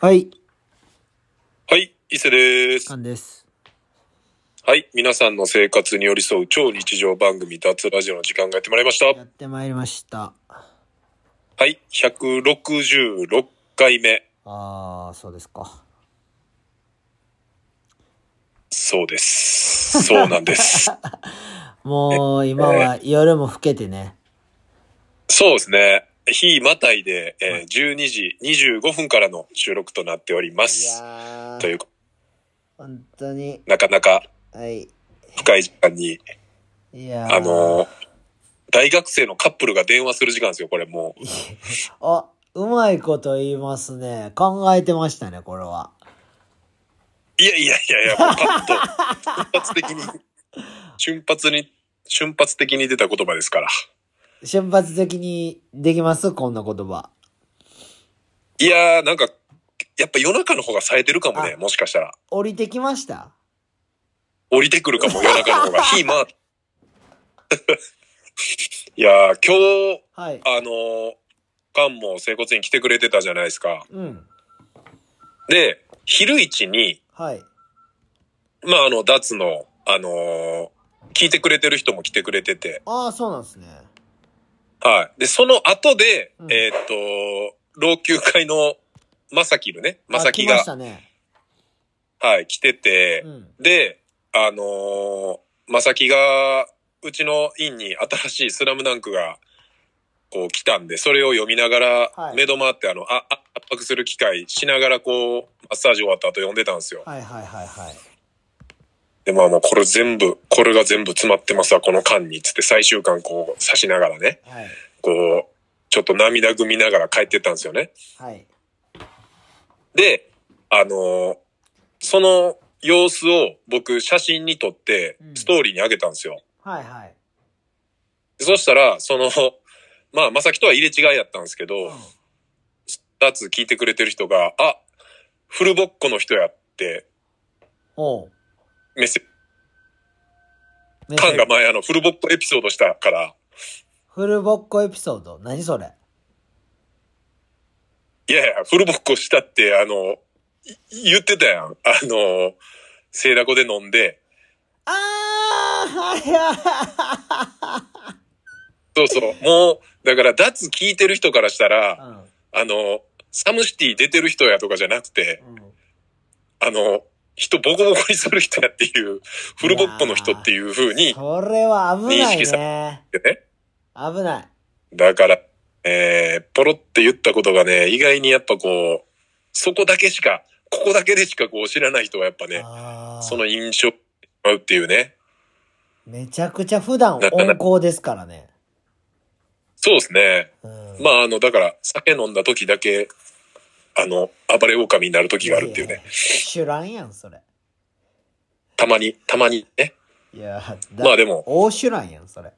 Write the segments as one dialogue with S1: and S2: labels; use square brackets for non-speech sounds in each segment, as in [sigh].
S1: はい、
S2: はい、伊勢です
S1: カ。ンです。
S2: はい、皆さんの生活に寄り添う超日常番組脱ラジオの時間がやってまいりました。
S1: やってまいりました。
S2: はい、166回目。
S1: あー、そうですか。
S2: そう
S1: [laughs]
S2: です。そうなんです。
S1: もう、今は夜も更けてね。
S2: そうですね。日またいで、えー12時25分からの収録となっておりま
S1: い
S2: す。
S1: や
S2: とい
S1: ー、
S2: うか、
S1: 本当に、
S2: なかなか
S1: はい。
S2: 深い時間に、
S1: いやー
S2: あのー大学生のカップルが電話する時間ですよ、これもう。
S1: あ、うまいこと言いますね。考えてましたね、これは。
S2: いやいやいやいや、もうパッと、瞬発的に、瞬発に、瞬発的に出た言葉ですから。
S1: 瞬発的にできますこんな言葉。
S2: いやー、なんか、やっぱ夜中の方が冴えてるかもね、
S1: あ
S2: もしかしたら。
S1: 降りてきました
S2: 降りてくるかも、夜中の方が。火回っ [laughs] いやー、今日、
S1: はい。
S2: あのー、カンも整骨院来てくれてたじゃないですか。
S1: うん。
S2: で、昼一に、
S1: はい。
S2: まあ、あの、脱の、あのー聞いてくれてる人も来てくれてて、
S1: あー、そうなんですね。
S2: はい。で、その後で、
S1: うん
S2: えーっと、老朽会のまさきるね、まさき
S1: あ来ま
S2: が
S1: し、たね。
S2: はい、来てて、
S1: うん。
S2: で、あのー、まさきが、うちの院に新しいスラムダンクが、こう来たんで、それを読みながら、
S1: はい
S2: 目止まって、あの、あ、あ圧迫する機会しながら、こう、マッサージ終わった後読んでたんですよ。
S1: はいはいはいはい。
S2: で、まあもうこれ全部、これが全部詰まってますわ、この間に、つって最終巻こう、刺しながらね、
S1: はい。
S2: こう、ちょっと涙ぐみながら帰ってったんですよね。
S1: はい。
S2: で、あのーその様子を僕写真に撮って
S1: うん
S2: ストーリーに上げたんですよ。
S1: はいはい。
S2: そしたら、その、 [laughs] まあ、まさきとは入れ違いやったんですけど、脱聞いてくれてる人が、あ、フルボッコの人やって、
S1: おう。
S2: メッセ
S1: メッセー
S2: カン
S1: ジ
S2: が前あの、フルボッコエピソードしたから、
S1: フルボッコエピソード何それ
S2: いやいや、フルボッコしたって、あの、い言ってたやん。あの、セイラコで飲んで、
S1: ああはいは
S2: そ
S1: [laughs]
S2: うそう、もう、だから脱聞いてる人からした
S1: い
S2: ら、
S1: は
S2: あの、サムシティ出てる人やとかじゃなくて
S1: い、うんうん
S2: あの、人ボコボコにする人やっていう、フルボッコの人っていう風に、
S1: それは危な
S2: 認
S1: い
S2: 識さ
S1: ね。
S2: ね、
S1: 危ない。
S2: だから、えー、ポロって言ったことがね、意外にやっぱこう、そこだけしか、ここだけでしかこう知らない人はやっぱね、
S1: あー
S2: その印象を奪うっていうね。
S1: めちゃくちゃ普段
S2: なかな
S1: 温厚ですからね。
S2: そうですね。
S1: うん
S2: まあ、あの、だから、酒飲んだ時だけ、あの、暴れ狼になる時があるっていう
S1: いや
S2: ね
S1: や。知らんやん、それ。
S2: たまに、たまにね。
S1: いや、だ
S2: まあでも、
S1: 大シュランやん、それ。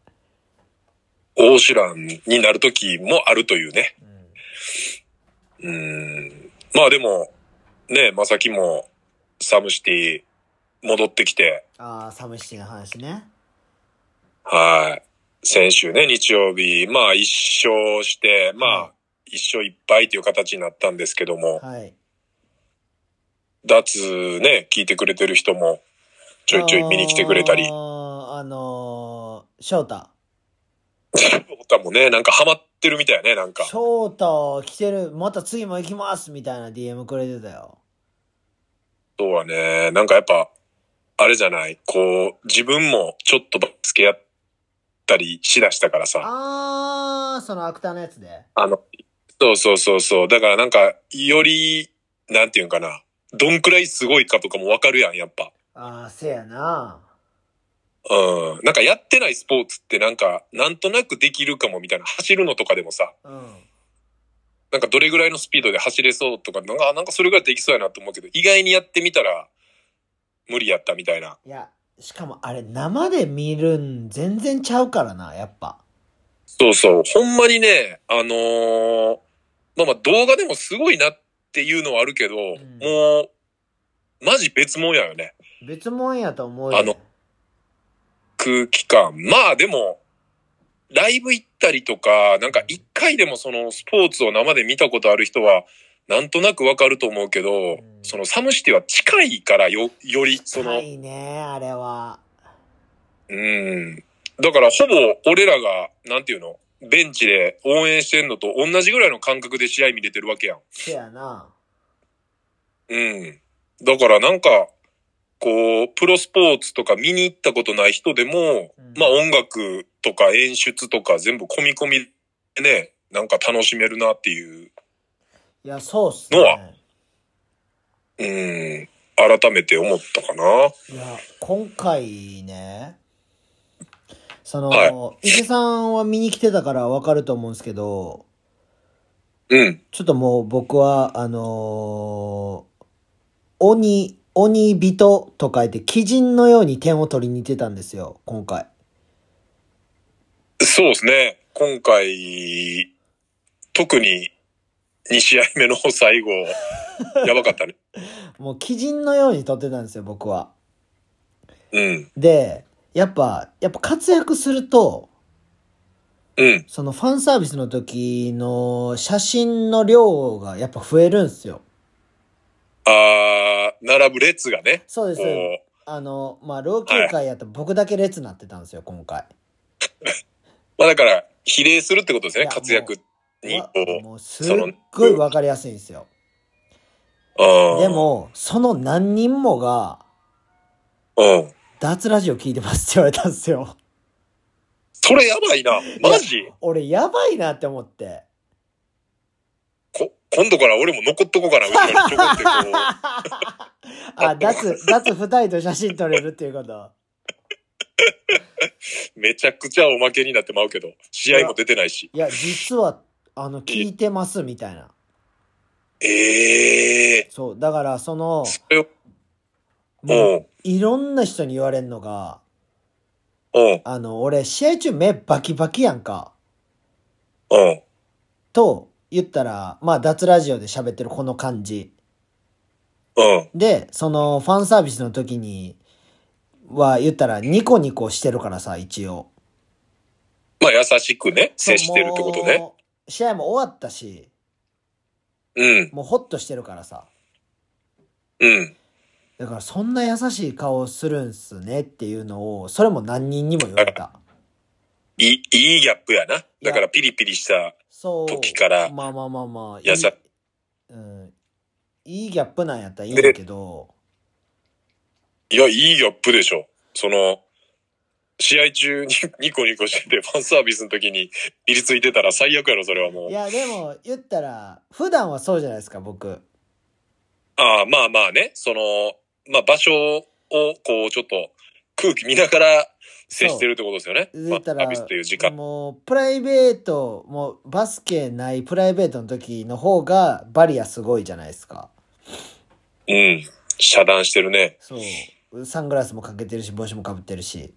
S2: 大手乱になる時もあるというね。
S1: うん
S2: うーん。まあでも、ね、まさきも、サムシティ、戻ってきて、
S1: ああ、サムシティの話ね。
S2: はい。先週ね、日曜日、まあ一勝して、まあ一勝一敗という形になったんですけども、
S1: はい。
S2: 脱ね、聞いてくれてる人もちょいちょい見に来てくれたり
S1: あ、ーあのー、翔太。
S2: 他もね、なんかハマってるみたいやね、なんか。
S1: 翔太来てる、また次も行きますみたいな DM くれてたよ。
S2: そうはね、なんかやっぱ、あれじゃない、こう、自分もちょっとばっつけ合ったりしだしたから [laughs] さ、
S1: あー、そのアクターのやつで。
S2: あの、そうそうそうそう、だからなんか、より、なんていうんかな、どんくらいすごいかとかもわかるやん、やっぱ。
S1: あー、せやな。
S2: うん。なんかやってないスポーツってなんか、なんとなくできるかもみたいな、走るのとかでもさ、
S1: うん。
S2: なんかどれぐらいのスピードで走れそうとか、なんか、あなんかそれぐらいできそうやなと思うけど、意外にやってみたら、無理やったみたいな。
S1: いや、しかもあれ生で見るん全然ちゃうからな、やっぱ。
S2: そうそう。ほんまにね、あのーまあまあ動画でもすごいなっていうのはあるけど、
S1: ん
S2: もう、マジ別物やよね。
S1: 別もんやと思うよ。
S2: あの空気感。まあでも、ライブ行ったりとか、なんか一回でもそのスポーツを生で見たことある人は、なんとなくわかると思うけど、
S1: ん
S2: そのサムシティは近いからよ、より、その、
S1: 深いね、あれは。
S2: うん。だからほぼ俺らが、なんていうのベンチで応援してんのと同じぐらいの感覚で試合見れてるわけやん。
S1: せやな。
S2: うん。だからなんか、こう、プロスポーツとか見に行ったことない人でも、
S1: うん
S2: まあ音楽とか演出とか全部込み込みでね、なんか楽しめるなっていう、
S1: いや、そうっす
S2: ノア
S1: ね。
S2: うん、改めて思ったかな。
S1: いや、今回ね、その、
S2: は
S1: 池さんは見に来てたからわかると思うんですけど、
S2: うん。
S1: ちょっともう僕は、あのー鬼、鬼人と書いて、鬼人のように点を取りに行ってたんですよ、今回。
S2: そうですね。今回、特に2試合目の最後、やばかったね。
S1: もう鬼人のように取ってたんですよ、僕は。
S2: うん。
S1: で、やっぱ、やっぱ活躍すると、
S2: うん。
S1: そのファンサービスの時の写真の量がやっぱ増えるんですよ。
S2: あー、並ぶ列がね、
S1: [laughs] そうです。
S2: こ
S1: あの、まあ、老朽化やったら僕だけ列なってたんですよ、今回。
S2: う、まあだから、比例するってことです
S1: い
S2: ね、
S1: や
S2: 活躍に、
S1: わ
S2: こう。
S1: もうすっごいわかりやすいんですよ。
S2: あ
S1: で、も、その何人もが、
S2: うん。
S1: 脱ラジオ聞いてますって言われたんですよ。 [laughs]
S2: それやばいな。マジ
S1: 俺やばいなって思って。
S2: こ、今度から俺も残っとこうかな、後ろにちょこってこ
S1: [laughs] あ、脱、脱二人と写真撮れるっていうこと。
S2: う。めちゃくちゃおまけになってまうけど、試合も出てないし。
S1: いや、実は、あの、聞いてますみたいな。
S2: ええ
S1: そう。だから、その、
S2: それを、
S1: もう、
S2: う
S1: いろんな人に言われんのが、
S2: ん、うん、
S1: あの、俺、試合中目バキバキやんか。
S2: うん、
S1: と、言ったら、まあ、脱ラジオで喋ってるこの感じ。
S2: うん。
S1: で、その、ファンサービスの時に、は、言ったら、ニコニコしてるからさ、一応。
S2: まあ、優しくね、接してるってこと
S1: も
S2: ね。
S1: う。試合も終わったし、
S2: うん、
S1: もうホッとしてるからさ。
S2: うん。
S1: だから、そんな優しい顔するんすねっていうのを、それも何人にも言われた。
S2: いい、いいギャップやな。だから、ピリピリした。
S1: そう。
S2: 時から
S1: まあまあまあまあ。
S2: 優し
S1: いいうん。いいギャップなんやったらいいんだけど、
S2: いや、いいギャップでしょ。その、試合中に [laughs] ニコニコしてて、ファンサービスの時に、ピリついてたら最悪やろ、それは
S1: い
S2: も。
S1: うや、でも、言ったら、普段はそうじゃないですか、僕。
S2: ああ、まあまあね、その、まあ場所を、こう、ちょっと、空気見ながら接してるってことですよね。ま
S1: 言
S2: あ、
S1: った
S2: サ
S1: ら、
S2: ービスという時間。
S1: もう、プライベート、もう、バスケないプライベートの時の方が、バリアすごいじゃないですか。
S2: うん。遮断してるね。
S1: そう。サングラスもかけてるし、帽子もかぶってるし。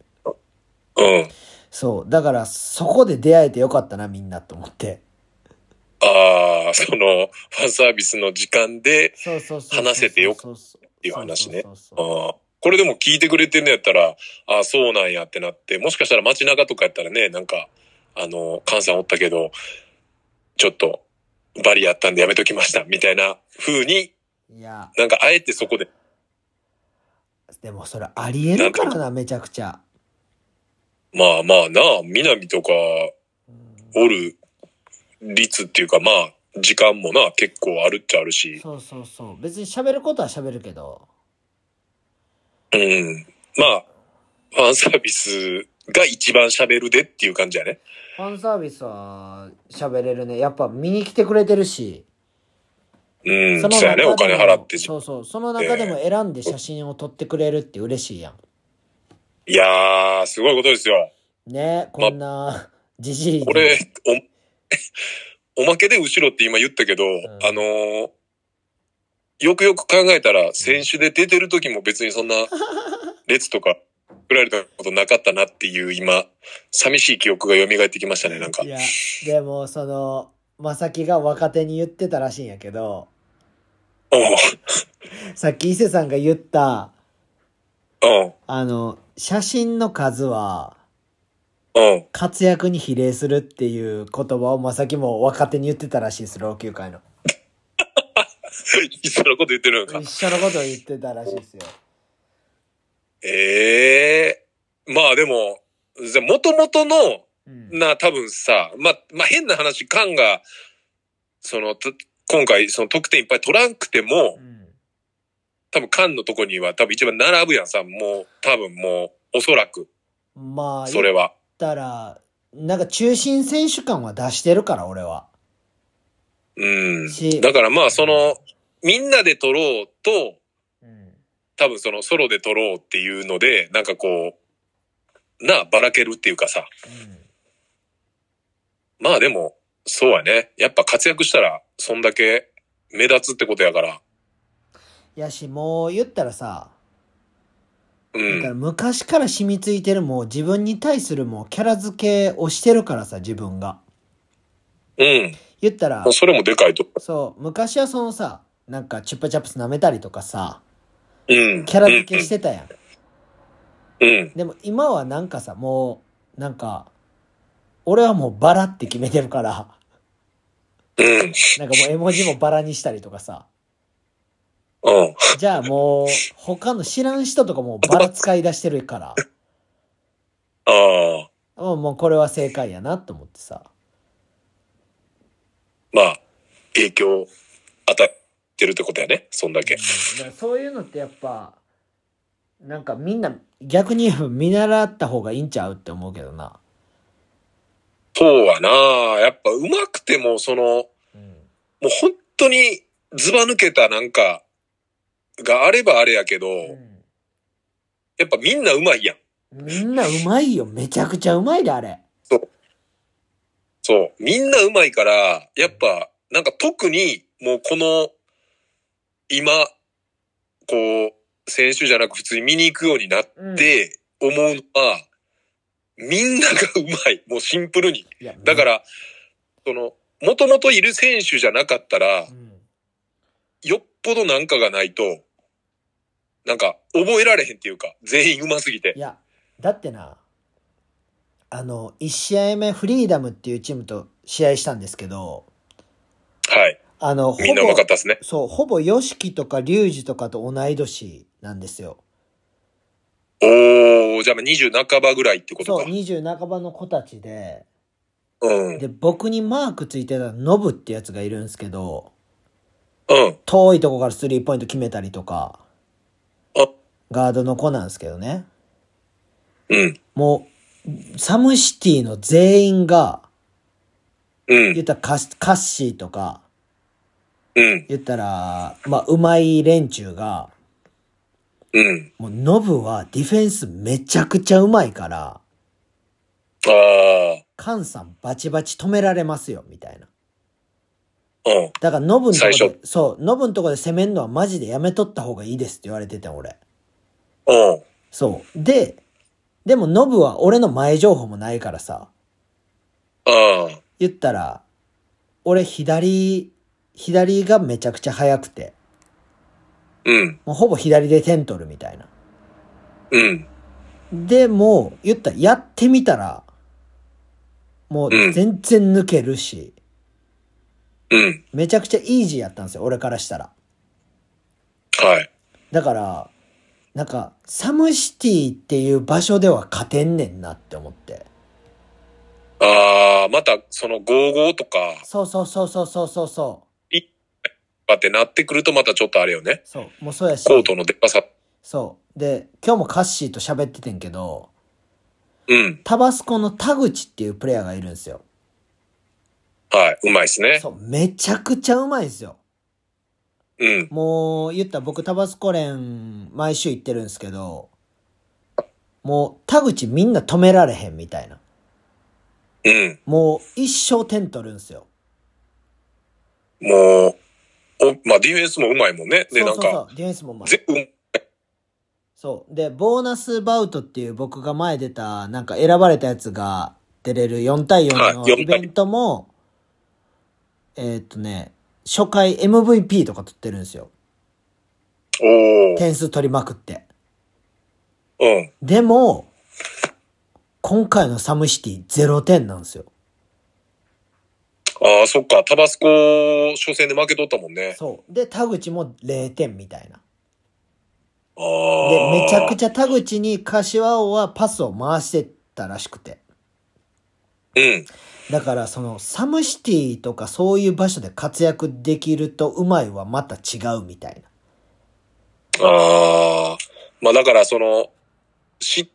S2: うん。
S1: そう。だから、そこで出会えてよかったな、みんな、と思って。
S2: ああ、その、ファンサービスの時間で、
S1: そうそうそうそう。
S2: 話せてよか
S1: かったって
S2: いう話ね
S1: そうそうそう
S2: ああ、これでも聞いてくれてんのやったら、ああ、そうなんやってなって、もしかしたら街中とかやったらね、なんか、あの、菅さんおったけど、ちょっと、バリやったんでやめときました、みたいな風に、
S1: いや。
S2: なんか、あえてそこで、
S1: でもそれありえるからな、めちゃくちゃ。
S2: まあまあなあ、南とか、おる率っていうか、まあ、時間もな、結構あるっちゃあるし、
S1: そうそうそう。別に喋ることは喋るけど。
S2: うん。まあ、ファンサービスが一番喋るでっていう感じやね。
S1: ファンサービスは喋れるね。やっぱ見に来てくれてるし。
S2: うん。そうやね、お金払って。
S1: そうそう。その中でも選んで写真を撮ってくれるって嬉しいや
S2: いやー、すごいことですよ。
S1: ん。ねこんな、じじい。
S2: これ、お、お [laughs] まけで後ろって今言ったけど、
S1: ん
S2: あのーよくよく考えたら、選手で出てる時も別にそん
S1: [laughs]
S2: な、列とか、振られたことなかったなっていう今、寂しい記憶が蘇ってきましたね、なんか
S1: い。や、でもその、まさきが若手に言ってたらしいんやけど、
S2: おう
S1: さっき伊勢さんが言った、
S2: うん、
S1: あの、写真の数は、
S2: うん。 [laughs]
S1: 活躍に比例するっていう言葉をまさきも若手に言ってたらしいです、老朽会の。
S2: 一緒のこと言ってるのか
S1: 一。緒のことを言ってたらしいですよ。
S2: ええまあでも、じゃあ元々の、
S1: うん。
S2: な、多分さ、まあ、まあ変な話、カンが、その、と今回、その得点いっぱい取らんくても
S1: う、ん
S2: 多分カンのとこには多分一番並ぶやんさ、もう、多分もう、おそらく、
S1: まあ、
S2: そ
S1: 言
S2: れ
S1: っ
S2: は。
S1: たら、なんか中心選手感は出してるから、俺は。
S2: うん。
S1: し
S2: だからまあ、その、みんなで取ろうと、
S1: うん。
S2: 多分そのソロで撮ろうっていうので、なんかこう、なあ、ばらけるっていうかさ。まあでも、そうやね。やっぱ活躍したら、そんだけ目立つってことやから。
S1: やし、もう言ったらさ、
S2: う
S1: だから
S2: ん。
S1: 昔から染みついてるもう自分に対するもうキャラ付けをしてるからさ、自分が。
S2: うん。
S1: 言ったら
S2: もう、それもでかいと。
S1: そう、昔はそのさ、なんかチュッパチャップス舐めたりとかさ、
S2: うん。
S1: キャラ付けしてたやん。
S2: うん。うん。
S1: でも今はなんかさ、もう、なんか、俺はもうバラって決めてるから、 [laughs]
S2: うん。
S1: なんかもう絵文字もバラにしたりとかさ。
S2: うん。
S1: じゃあもう、他の知らん人とかもうバラ使い出してるから、
S2: ああ。
S1: もうもうこれは正解やなと思ってさ。
S2: まあ、影響与えてるってことやね。そんだ
S1: うん
S2: け。
S1: だからそういうのってやっぱ、なんかみんな、逆に言えば見習った方がいいんちゃうって思うけどな。
S2: そうはなやっぱ上手くても、その、
S1: うん。
S2: もう本当にズバ抜けたなんか、があればあれやけど、やっぱみんなうまいやん。
S1: みんなうまいよ。めちゃくちゃうまいで、あれ。
S2: そう。みんなうまいから、やっぱ、なんか特に、もうこの、今、こう、選手じゃなく普通に見に行くようになっ
S1: うん、
S2: て思うのは、みんながうまい。もうシンプルに。
S1: いや
S2: だか、ら、その、もともといる選手じゃなかった
S1: う、
S2: ら
S1: ん
S2: よっぽどなんかがないと、なんか、覚えられへんっていうか、全員うますぎて
S1: い。や、だってな、あの、1試合目、フリーダムっていうチームと試合したんですけど、
S2: はい。
S1: あの、ほ
S2: みんなうまか
S1: ぼ
S2: っ、たですね。
S1: そう、ほぼ、ヨシキとか、リュウジとかと同い年なんですよ。
S2: おー、じゃあまあ20半ばぐらいってこと
S1: そう、
S2: か。
S1: 20半ばの子たちで、
S2: うん。
S1: で、僕にマークついてたノブってやつがいるんですけど、
S2: うん。
S1: 遠いとこからスリーポイント決めたりとか、
S2: あ、
S1: ガードの子なんですけどね。
S2: うん。
S1: もう、サムシティの全員が、
S2: うん
S1: 言。ったらカッカッシーとか、
S2: うん。
S1: 言ったら、まあ、うまい連中が、
S2: うん。
S1: もう、ノブはディフェンスめちゃくちゃうまいから、
S2: あ
S1: カンさんバチバチ止められますよ、みたいな。
S2: あ。うん。
S1: だから、ノブのと
S2: 最
S1: こ
S2: 初
S1: で、そう、ノブのとこで攻めるのはマジでやめとった方がいいですって言われててん、俺。
S2: うん。
S1: そう。で、でもノブは俺の前情報もないからさ、
S2: ああ。
S1: 言ったら、俺左、左がめちゃくちゃ速くて、
S2: うん。
S1: もうほぼ左で点取るみたいな。
S2: うん。
S1: でも、言ったら、やってみたら、もう
S2: うん
S1: 全然抜けるし、
S2: うん。
S1: めちゃくちゃイージーやったんですよ、俺からしたら。
S2: はい。
S1: だから、なんか、サムシティっていう場所では勝てんねんなって思って。
S2: ああ、また、その、55とか、
S1: そうそうそうそうそうそうそ
S2: かってなってくるとまたちょっとあれよね
S1: う。。そう、もうそうやし。
S2: コートのでかさ。
S1: そう。で、今日もカッシーと喋っててんけど、
S2: うん。
S1: タバスコの田口っていうプレイヤーがいるんですよ。
S2: はい。うまいっすね。
S1: そう、めちゃくちゃうまいんですよ。
S2: うん。
S1: もう、言ったら僕タバスコ連毎週行ってるんですけど、もう田口みんな止められへんみたいな。
S2: うん。
S1: もう一生点取るんですよ。
S2: もう、お、まあ、ディフェンスもうまいもんね。で、
S1: そ
S2: な
S1: うんそうそ
S2: か、
S1: う、ディフェンスもうまい。
S2: 全部、
S1: そう。で、ボーナスバウトっていう僕が前出た、なんか選ばれたやつが出れる4対4の
S2: はい
S1: イベントも、えーっとね、初回 MVP とか取ってるんですよ。
S2: おー。
S1: 点数取りまくって。
S2: うん。
S1: でも、今回のサムシティ0点なんですよ。
S2: あああ、そっか。タバスコ、初戦で負けとったもんね。
S1: そう。で、田口も0点みたいな。
S2: あ
S1: で、
S2: あ。
S1: めちゃく
S2: ち
S1: ちゃ田口に柏王はパスを回してったらしくて。
S2: ゃ。うん。
S1: だから、その、サムシティとかそういう場所で活躍できるとうまいはまた違うみたいな。
S2: ああ。まあだから、その、し、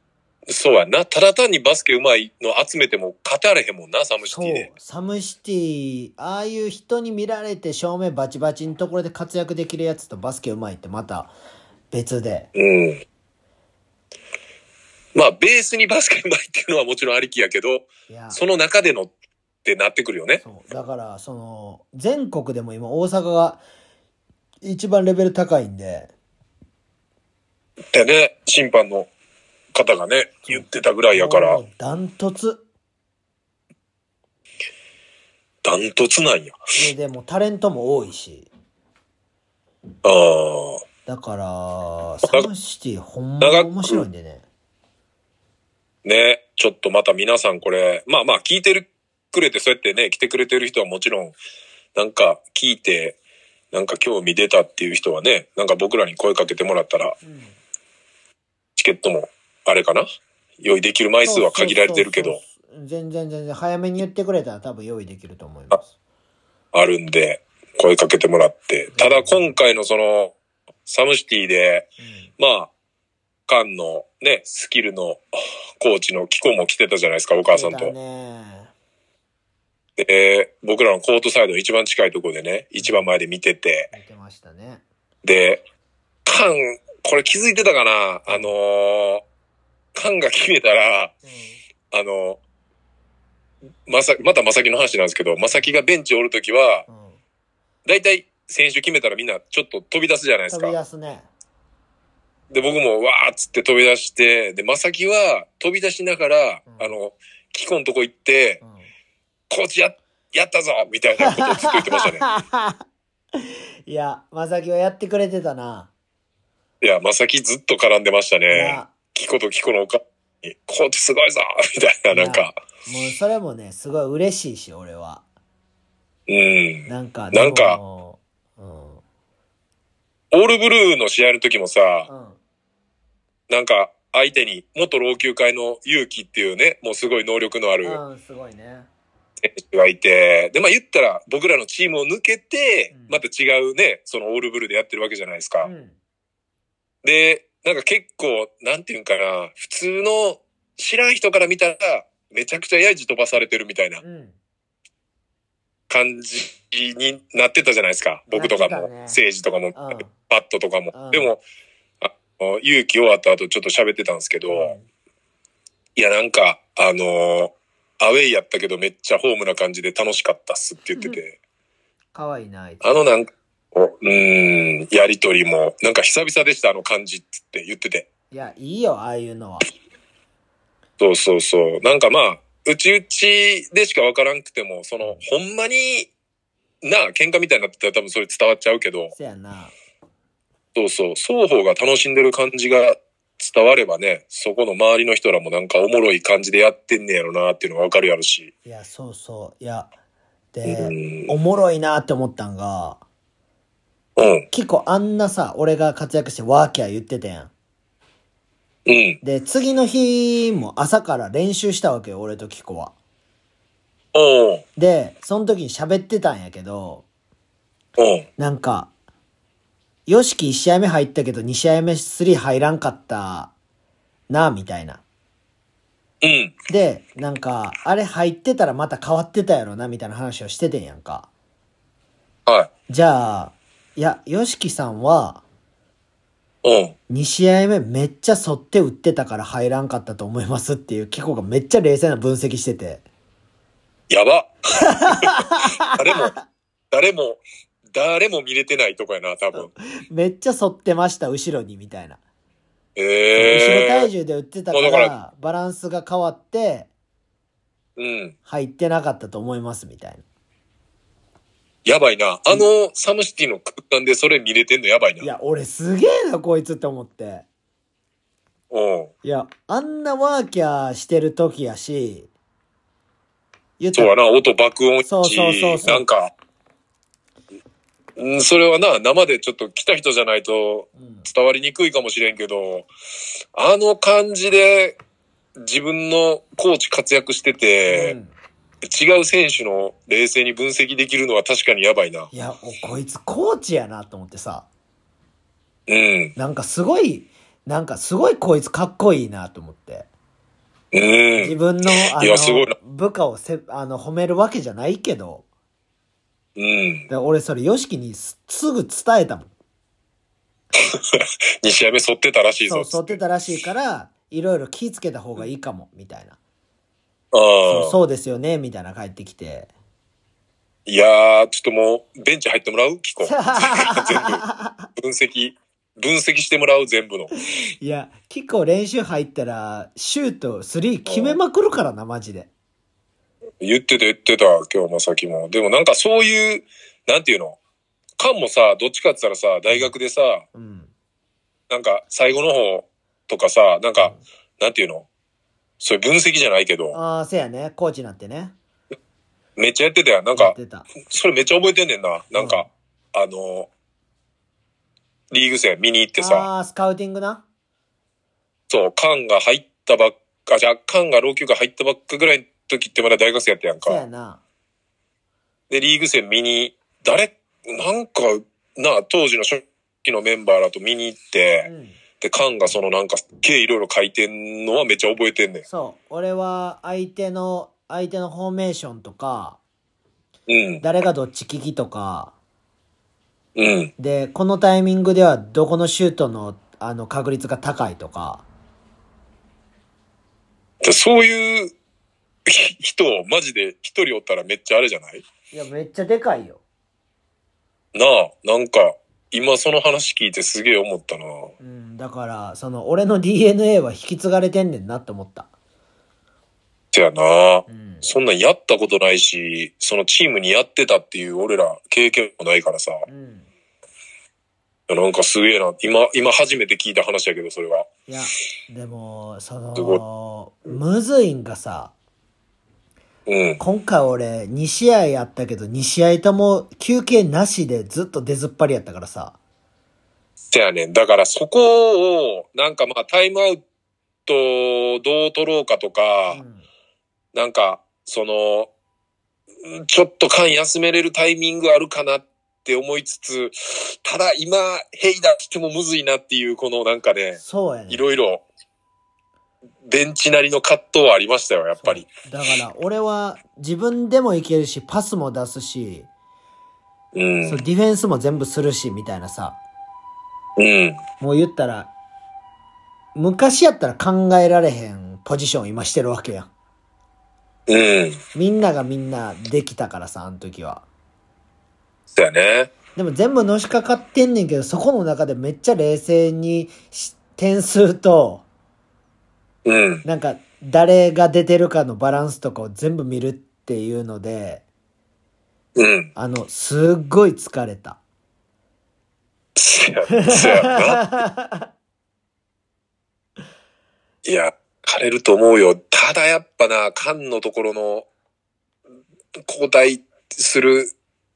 S2: そうやな。ただ単にバスケうまいの集めても勝たれへんもんな、サムシテ
S1: そ
S2: ィ
S1: う
S2: で。。
S1: サムシティ、ああいう人に見られて正面バチバチのところで活躍できるやつとバスケうまいってまた別で。
S2: うん。まあ、ベースにバスケうまいっていうのはもちろんありきやけど、
S1: いや
S2: その中でのってなってくるよね。
S1: そうだからその全国でも今大阪が一番レベル高いんで
S2: でね、審判の方がね、言ってたぐらいやから
S1: も、うダントツ
S2: ダントツなんや。
S1: ででもタレントも多いし
S2: ああ。
S1: だからサムシティほんまに
S2: 長く
S1: 面白いんでね
S2: ね、ちょっとまた皆さんこれ、まあまあ聞いてるくれて、そうやってね、来てくれてる人はもちろん、なんか聞いて、なんか興味出たっていう人はね、なんか僕らに声かけてもらったら、チケットも、あれかな用意できる枚数は限られてるけ
S1: そう
S2: ど、
S1: そうそう全然全然早めに言ってくれたら多分用意できると思います
S2: あるんで、声かけてもらって。ただ今回のその、サムシティで、まあ、カンのね、スキルのコーチのキコも来てたじゃないですか、お
S1: お
S2: 母さんと。
S1: ね
S2: で、僕らのコートサイドの一番近いところでね、一番前で見てて、
S1: 見てましたね
S2: で、カン、これ気づいてたかなあのーカンが決めたら、あのーまさ、またまさきの話なんですけど、まさきがベンチおるときは
S1: う、ん、うん、
S2: だいたい選手決めたらみんなちょっと飛び出すじゃないです
S1: 飛び
S2: か。
S1: 出すね
S2: で、僕もわーっつって飛び出して、で、まさきは飛び出しながら、
S1: うん
S2: あの、キコのとこ行って、
S1: うん
S2: コーチや、やったぞみたいなことをずっと言って
S1: [laughs]
S2: ましたね。
S1: いや、まさきはやってくれてたな。
S2: いや、まさきずっと絡んでました
S1: い
S2: ね。
S1: や、
S2: キコとキコのおかんに、コーチすごいぞみたいな、なんか。
S1: もうそれもね、すごい嬉しいし、俺は。
S2: うん。
S1: なんか、
S2: なんか
S1: でもも
S2: オールブルーの試合の時も
S1: う、う
S2: さ、
S1: ん、うん、
S2: なんか相手に元老朽会の勇気っていうね、もうすごい能力のある
S1: うん、すごいね。
S2: 選手がいて、で、まあ言ったら僕らのチームを抜けて
S1: うん、
S2: また違うね、そのオールブルーでやってるわけじゃないですか
S1: う。ん、
S2: で、なんか結構、なんていうんかな、普通の知らん人から見たら、めちゃくちゃやじ飛ばされてるみたいな
S1: うん、
S2: 感じになってたじゃないですか。僕とか
S1: なって
S2: も
S1: たね、
S2: 政治とかも、
S1: うん、
S2: パッドとかも。
S1: うん
S2: でも、あの勇気終わった後ちょっと喋ってたんですけど、いやなんか、あのーアウェイやったけどめっちゃホームな感じで楽しかったっすって言ってて、
S1: かわいいな、あいつ
S2: あのなんか、おうーん、やりとりも、なんか久々でした、あの感じっつって言ってて。
S1: いや、いいよ、ああいうのは。
S2: そうそうそう。なんかまあ、うちうちでしかわからんくても、その、ほんまに、なあ、喧嘩みたいになってたら多分それ伝わっちゃうけど、
S1: せやな。
S2: そうそう、双方が楽しんでる感じが伝わればね、そこの周りの人らもなんかおもろい感じでやってんねやろなっていうのがわかるやろし。
S1: いや、そうそう。いや、
S2: う
S1: で、
S2: ん。
S1: おもろいなって思ったんが、
S2: うん。
S1: 結構あんなさ、俺が活躍してワーキャー言ってたやん。
S2: うん。
S1: で、次の日も朝から練習したわけよ、俺とキコは。
S2: おうん。
S1: で、その時に喋ってたんやけど、
S2: うん。
S1: なんか、ヨシキ1試合目入ったけど2試合目3入らんかったな、みたいな。
S2: うん。
S1: で、なんか、あれ入ってたらまた変わってたやろな、みたいな話をしててんやんか。
S2: は
S1: じゃあ、いや、ヨシキさんは、
S2: い。うん。
S1: 2試合目めっちゃ反って打ってたから入らんかったと思いますっていう、キコがめっちゃ冷静な分析してて。
S2: やば。誰も、誰も、誰も見れてないとこやな、多分。
S1: めっちゃ反ってました、後ろに、みたいな。後ろ
S2: ええ
S1: 体重で打ってたから
S2: もうだか
S1: バランスが変わって
S2: うん。
S1: 入ってなかったと思いますみたい
S2: やばいな。あの、サムシティの空間でそれ見れてんのやばい
S1: な
S2: な。
S1: いや俺すげえなこいつって思って
S2: うん。
S1: いやあんなワーキャーしてる時やし言っ
S2: そ
S1: た
S2: う
S1: ら
S2: やな、音爆音し、
S1: そうそうそうそう
S2: なんか、うん、それはな、生でちょっと来た人じゃないと
S1: うん
S2: 伝わりにくいかもしれんけど、あの感じで自分のコーチ活躍して
S1: う
S2: て、
S1: ん
S2: 違う選手の冷静に分析できるのは確かにやばいな。
S1: いやおこいつコーチやなと思ってさ
S2: うん。
S1: なんかすごいなんかすごいこいつかっこいいなと思って
S2: う
S1: 自
S2: ん。
S1: 分のあ
S2: いやすごい
S1: の
S2: な
S1: 部下をせあの褒めるわけじゃないけど
S2: うん
S1: で。俺それ YOSHIKI にすすぐ伝えたもん
S2: 2試合目沿ってたらしい
S1: そう
S2: ぞ。
S1: 沿ってたらしいからいろいろ気ぃつけた方がいいかもみたいな
S2: あ
S1: そう
S2: あ。
S1: そうですよねみたいな帰ってきて
S2: いやー、ちょっともう、ベンチ入ってもらうキコ。分析、分析してもらう全部の。
S1: いや結構練習入ったらシュート3決めまくるからなマジで
S2: 言ってた言ってた、今日も先も。でもなんかそういう、なんていうのカンもさ、どっちかって言ったらさ、大学でさ、
S1: うん
S2: なんか最後の方とかさ、なんか、なんていうのそういう分析じゃないけど、
S1: ああせやねコーチになってね
S2: めっちゃやってたやん。なん
S1: や
S2: か
S1: っ、てた
S2: それめっちゃ覚えてんねんな。なんか、あの、リーグ戦見に行ってさ、
S1: ああースカウティングな
S2: そう、カンが入ったばっか、じゃあカンが老朽化入ったばっかぐらいの時ってまだ大学生やったやん
S1: せや
S2: か。
S1: な
S2: で、リーグ戦見に、誰、なんか、な、当時の初期のメンバーらと見に行っ
S1: う
S2: て、
S1: ん
S2: で、カンがそのなんかすっげえいろいろ書いてんのはめっちゃ覚えてんねん。
S1: そう俺は相手の相手のフォーメーションとか
S2: うん、
S1: 誰がどっち利きとか
S2: うん、
S1: でこのタイミングではどこのシュートのあの確率が高いとか
S2: で。そういうひ人をマジで一人おったらめっちゃあれじゃない
S1: いやめっちゃでかいよ
S2: なあ、なんか、今その話聞いてすげえ思ったな。
S1: うんだからその俺の DNA は引き継がれてんねんなって思った
S2: てやな。
S1: うん
S2: そんなんやったことないし、そのチームにやってたっていう俺ら経験もないからさ、
S1: うん
S2: なんかすげえな、今、今初めて聞いた話やけど、それは。
S1: いやでもそ
S2: すごい
S1: のむずいんがさ
S2: うん。
S1: 今回俺2試合やったけど2試合とも休憩なしでずっと出ずっぱりやったからさ
S2: せやねん。だからそこを、なんかまあタイムアウトをどう取ろうかとか、
S1: うん
S2: なんか、その、うんちょっと間休めれるタイミングあるかなって思いつつ、ただ今、ヘイだしてもむずいなっていう、このなんかね、
S1: そうやね
S2: いろいろ、ベンチなりの葛藤はありましたよ、やっぱり。
S1: そうだから俺は自分でもいけるしパスも出すし、
S2: うん
S1: そうディフェンスも全部するしみたいなさ
S2: うん。
S1: もう言ったら昔やったら考えられへんポジションを今してるわけやん
S2: うん。
S1: みんながみんなできたからさあの時は
S2: だよね。
S1: でも全部のしかかってんねんけどそこの中でめっちゃ冷静にし点数と
S2: うん。
S1: なんか誰が出てるかのバランスとかを全部見るっていうので
S2: うん。
S1: あのすっごい疲れた
S2: そや、そやな。いや、枯れると思うよ。ただやっぱな、缶のところの、交代する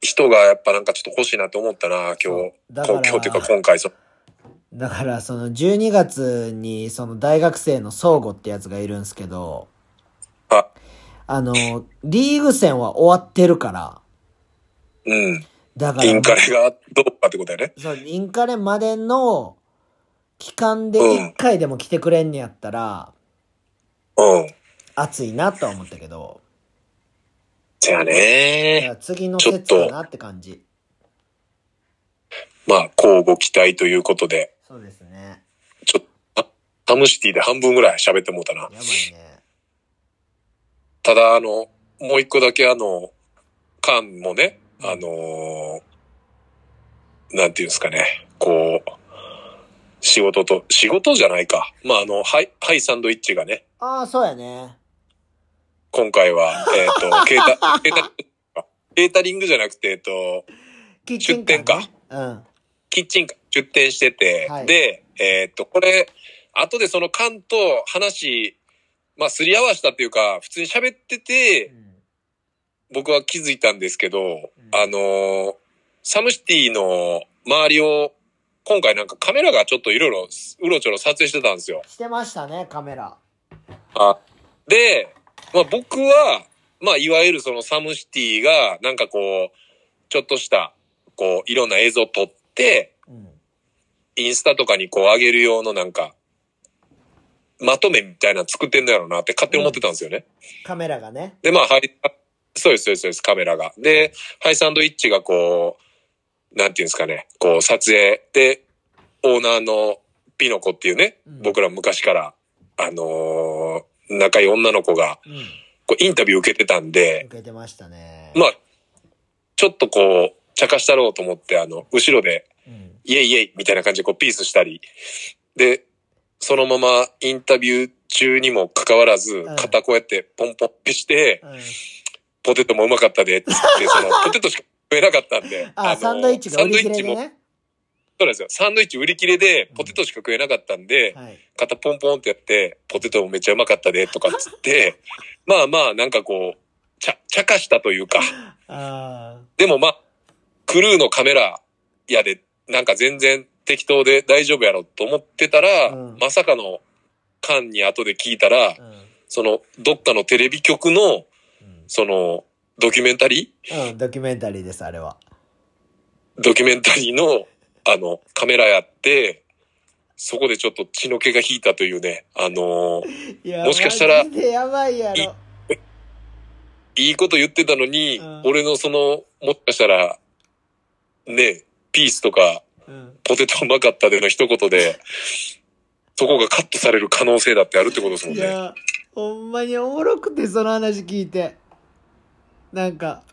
S2: 人がやっぱなんかちょっと欲しいなって思ったな、今日。
S1: だから
S2: 今日今日っていうか今回、そ
S1: だからその12月にその大学生の相互ってやつがいるんすけど
S2: あ
S1: あのリーグ戦は終わってるから
S2: うん。
S1: だから
S2: インカレがどうかってことやね。
S1: そうインカレまでの期間で1回でも来てくれんねやったら
S2: うん。
S1: 熱いなとは思ったけど
S2: じゃ
S1: だ
S2: あ
S1: か
S2: ね。
S1: ら次の
S2: ちょっ
S1: 節
S2: と
S1: かなって感じ
S2: まあ、交互期待ということで、
S1: そうですね
S2: ちょっと、ハムシティで半分ぐらい喋ってもうたな
S1: やば。いね
S2: ただ、あの、もう一個だけあの、カンもね、あのーなんていうんですかね、こう、仕事と、仕事じゃないか。まあ、あの、ハイ、ハイサンドイッチがね、
S1: ああそうやね
S2: 今
S1: [laughs]
S2: 回は、えっ、と、ケータ、ケータ、ケータリングじゃなくて、えっ、と、
S1: キッチンカー、ね、
S2: 出
S1: うん
S2: キッチンカー出店してて、
S1: はい
S2: で、えっ、と、これ、後でそのカンと話、まあ、すり合わせたっていうか、普通に喋ってて、
S1: うん
S2: 僕は気づいたんですけど、
S1: うん
S2: あのーサムシティの周りを、今回なんかカメラがちょっといろいろ、うろちょろ撮影してたんですよ。
S1: してましたね、カメラ。
S2: あで、まあ僕は、まあいわゆるそのサムシティが、なんかこう、ちょっとした、こう、いろんな映像を撮って、
S1: うん。
S2: インスタとかにこう上げる用のなんか、まとめみたいなの作ってんだろうなって勝手に思ってたんですよね。
S1: カメラがね。
S2: で、まあ、ハイ、そうです、そうです、そうです、カメラが。で、ハイサンドイッチがこう、なんていうんですかね、こう、撮影で、オーナーのピノコっていうね、
S1: うん
S2: 僕ら昔から、あのー仲いい女の子が、
S1: うん。
S2: こう、インタビュー受けてたんで、
S1: 受けてましたね。
S2: まあ、ちょっとこう、茶化したろうと思って、あの、後ろで、
S1: うん。
S2: イエイイエイみたいな感じでこう、ピースしたり、で、そのままインタビュー中にもかかわらず
S1: ん、
S2: 片こうやってポンポンってして、
S1: うん、
S2: ポテトもうまかったでって
S1: [laughs]
S2: 言って、その、ポテトしか食えなかったんで。
S1: あ
S2: の
S1: サンドイッチが売り切れで
S2: サンドイッチも、
S1: ね。
S2: そうなんですよ。サンドイッチ売り切れで、ポテトしか食えなかったんで、
S1: はい。
S2: 肩ポンポンってやって、ポテトもめっちゃうまかったで、とかっつって、 [laughs] まあまあ、なんかこう、ちゃ、茶化したというか、
S1: あ
S2: でもまあ、クルーのカメラやで、なんか全然適当で大丈夫やろと思ってたら、
S1: うん
S2: まさかの間に後で聞いたら
S1: あ。う、ん。
S2: その、どっかのテレビ局の、その、ドキュメンタリー
S1: うん。うん、ドキュメンタリーです、あれは。
S2: ドキュメンタリーの、あの、カメラやって、そこでちょっと血の気が引いたというね、あのー
S1: いや
S2: もしかしたら
S1: マジでやばいや
S2: い
S1: ろ。
S2: いいこと言ってたのに、
S1: うん
S2: 俺のその、もしかしたら、ね、ピースとか、
S1: うん。
S2: ポテトうまかったでの一言で、そこがカットされる可能性だってあるってことですもん
S1: い
S2: ね。
S1: や、ほんまにおもろくて、その話聞いて。なんか、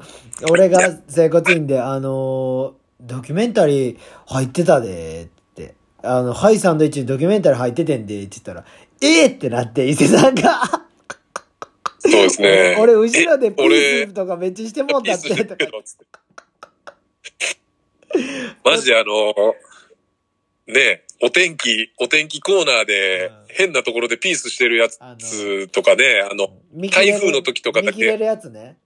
S1: 俺が生活院で、あのードキュメンタリー入ってたで、って。あの、ハイサンドイッチにドキュメンタリー入っててんで、って言ったら、ええってなって、伊勢さんが。
S2: そうですね。
S1: 俺、後ろで
S2: え
S1: ピースとかめっちゃしてもう
S2: ピ
S1: た
S2: ー
S1: っ
S2: スし
S1: て、
S2: てる
S1: と
S2: け
S1: か。
S2: ど、つって。マジであのーね、お天気、お天気コーナーで
S1: うん、
S2: 変なところでピースしてるや
S1: あの
S2: つとかね、あの、
S1: 見切れ
S2: 台
S1: る
S2: 風の時とかだ
S1: 見切れ
S2: け、
S1: るやつね。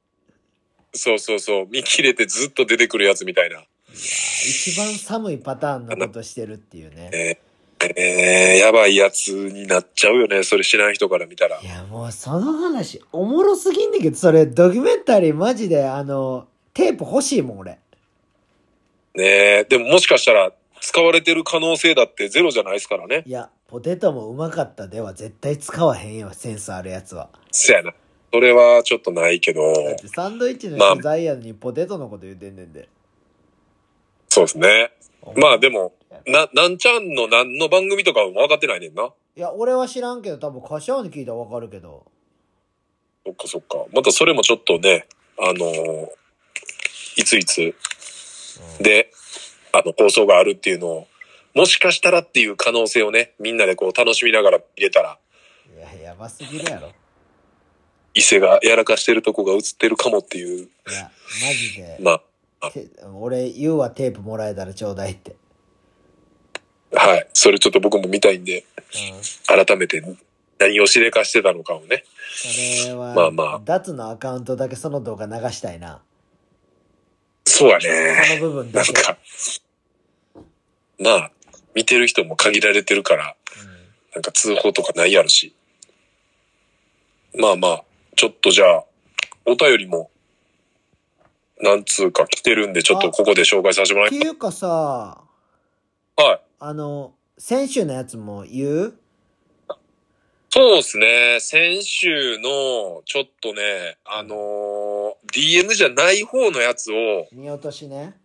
S2: そうそうそう、見切れてずっと出てくるやつみたいな。
S1: 一番寒いパターンのことしてるっていうね。
S2: えーえーやばいやつになっちゃうよね、それ知らん人から見たら
S1: い。やもうその話おもろすぎんだけどそれドキュメンタリーマジであのテープ欲しいもん俺
S2: ねえでももしかしたら、使われてる可能性だってゼロじゃないですからね。
S1: いやポテトもうまかったでは絶対使わへんよセンスあるやつは
S2: せやな。それはちょっとないけど、
S1: だってサンドイッチの
S2: まあ
S1: 取材やのにポテトのこと言うてんねんで
S2: そうですね。まあで
S1: も
S2: も、な、なんちゃんの何の番組とかも分かってないねんな。
S1: いや俺は知らんけど多分柏に聞いたらわかるけど
S2: そっかそっか。またそれもちょっとね、あのーいついつで、あの、放送があるっていうのを、もしかしたらっていう可能性をね、みんなでこう楽しみながら入れたら、
S1: いややばすぎるやろ
S2: 伊勢がやらかしてるとこが映ってるかもっていう、
S1: いやマジで
S2: ま
S1: て俺言うわテープもらえたらちょうだいって、
S2: あ、はい。それちょっと僕も見たいんで、
S1: うん、
S2: 改めて何をしでかしてたのかをね。
S1: それは
S2: まあまあ
S1: ダツのアカウントだけその動画流したいな
S2: そうや
S1: そ
S2: ね。
S1: の部分
S2: [laughs]
S1: だ
S2: なん
S1: け
S2: か、まあ、見てる人も限られてるから、なんか通報とかないやろし。まあまあ、ちょっとじゃあ、お便りも、なんつうか来てるんで、ちょっとここで紹介させてもら
S1: っ
S2: い
S1: ていうかさ
S2: はい。
S1: あの先週のやつも言う
S2: そうですね。先週の、ちょっとね、あのー DM じゃない方のやつを
S1: 見落としね、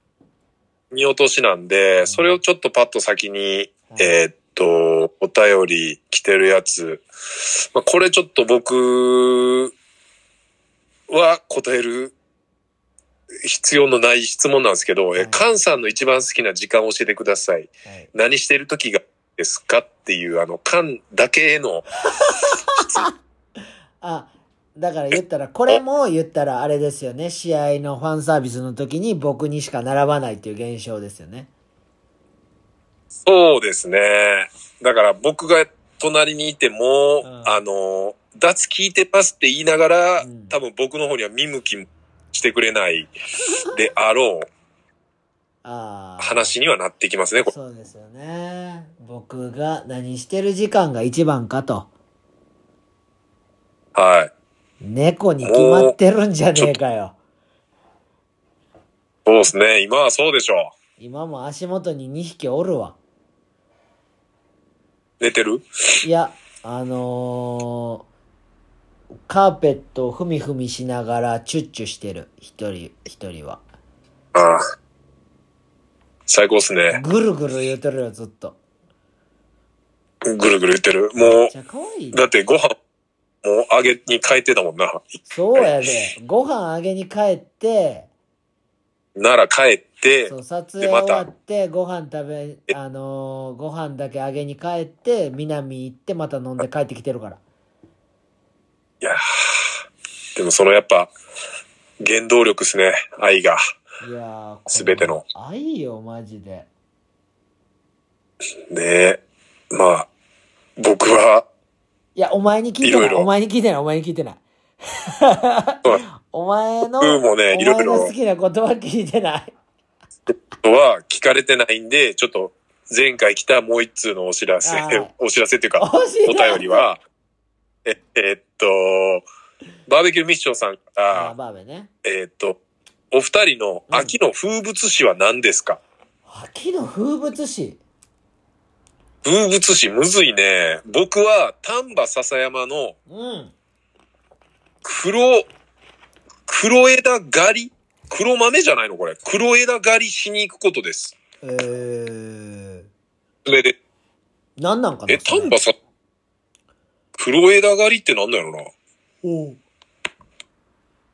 S2: 見落としなんで、それをちょっとパッと先に、
S1: はい
S2: えーっと、お便り来てるやつ。まあ、これちょっと僕は答える必要のない質問なんですけど、
S1: は
S2: え
S1: い
S2: カンさんの一番好きな時間を教えてください。
S1: はい
S2: 何してる時がですかっていう、あの、カンだけへの、
S1: あだから言ったらこれも言ったらあれですよね試合のファンサービスの時に僕にしか並ばないっていう現象ですよね
S2: そうですね。だから僕が隣にいて
S1: う
S2: も、
S1: ん
S2: あの、脱聞いてますって言いながら、
S1: うん
S2: 多分僕の方には見向きもしてくれないであろう
S1: ああ。
S2: 話にはなってきますね、これ。
S1: そうですよね。僕が何してる時間が一番かと。
S2: はい。
S1: 猫に決まってるんじゃねえかよ。
S2: そうですね。今はそうでしょ
S1: 今も足元に2匹おるわ。
S2: う。寝てる
S1: いや、あのーカーペットをふみふみしながらチュッチュしてる。一人、一人は。
S2: ああ。最高っすね。
S1: ぐるぐる言うてるよ、ずっと。
S2: ぐるぐる言ってる。も、。
S1: めっちゃ可愛いう
S2: だってご飯、もう揚げに変えてたもんな。
S1: そうやで。ご飯あげに帰って、
S2: なら帰って
S1: そ、う、撮影
S2: でま
S1: 終
S2: た
S1: わって、ご飯食べ、あのーご飯だけあげに帰って、南行って、また飲んで帰ってきてるから。
S2: いやーでもそのやっぱ、原動力っすね。愛が。
S1: いやーこれ
S2: すべての。
S1: 愛よ、マジで。
S2: ねえ。まあ、僕は、
S1: いや、お前に聞いてない。
S2: いろいろ
S1: お前に聞いてない。お前に聞いてない。 [laughs] お前の、
S2: 僕もね
S1: お
S2: いろ
S1: 前
S2: いろ
S1: の好きな言葉聞いてない。
S2: は聞かれてないんで、ちょっと、前回来たもう一通のお知らせ
S1: はい、
S2: [laughs] お知らせっていうか、
S1: お知
S2: お
S1: らせ
S2: 便りは、え、えっと、バーベキューミッションさんか
S1: あー、
S2: ら、
S1: バーベね。
S2: えっと、お二人の秋の風物詩は何ですか、
S1: 秋の風物詩。
S2: 風物詩むずいね。僕は丹波篠山の
S1: うん。
S2: 黒、黒枝狩り黒豆じゃないのこれ。黒枝狩りしに行くことです。
S1: えー、
S2: それで、
S1: なんなんかな
S2: え、
S1: それ
S2: 丹波さ、黒枝狩りってなんだろうな
S1: おう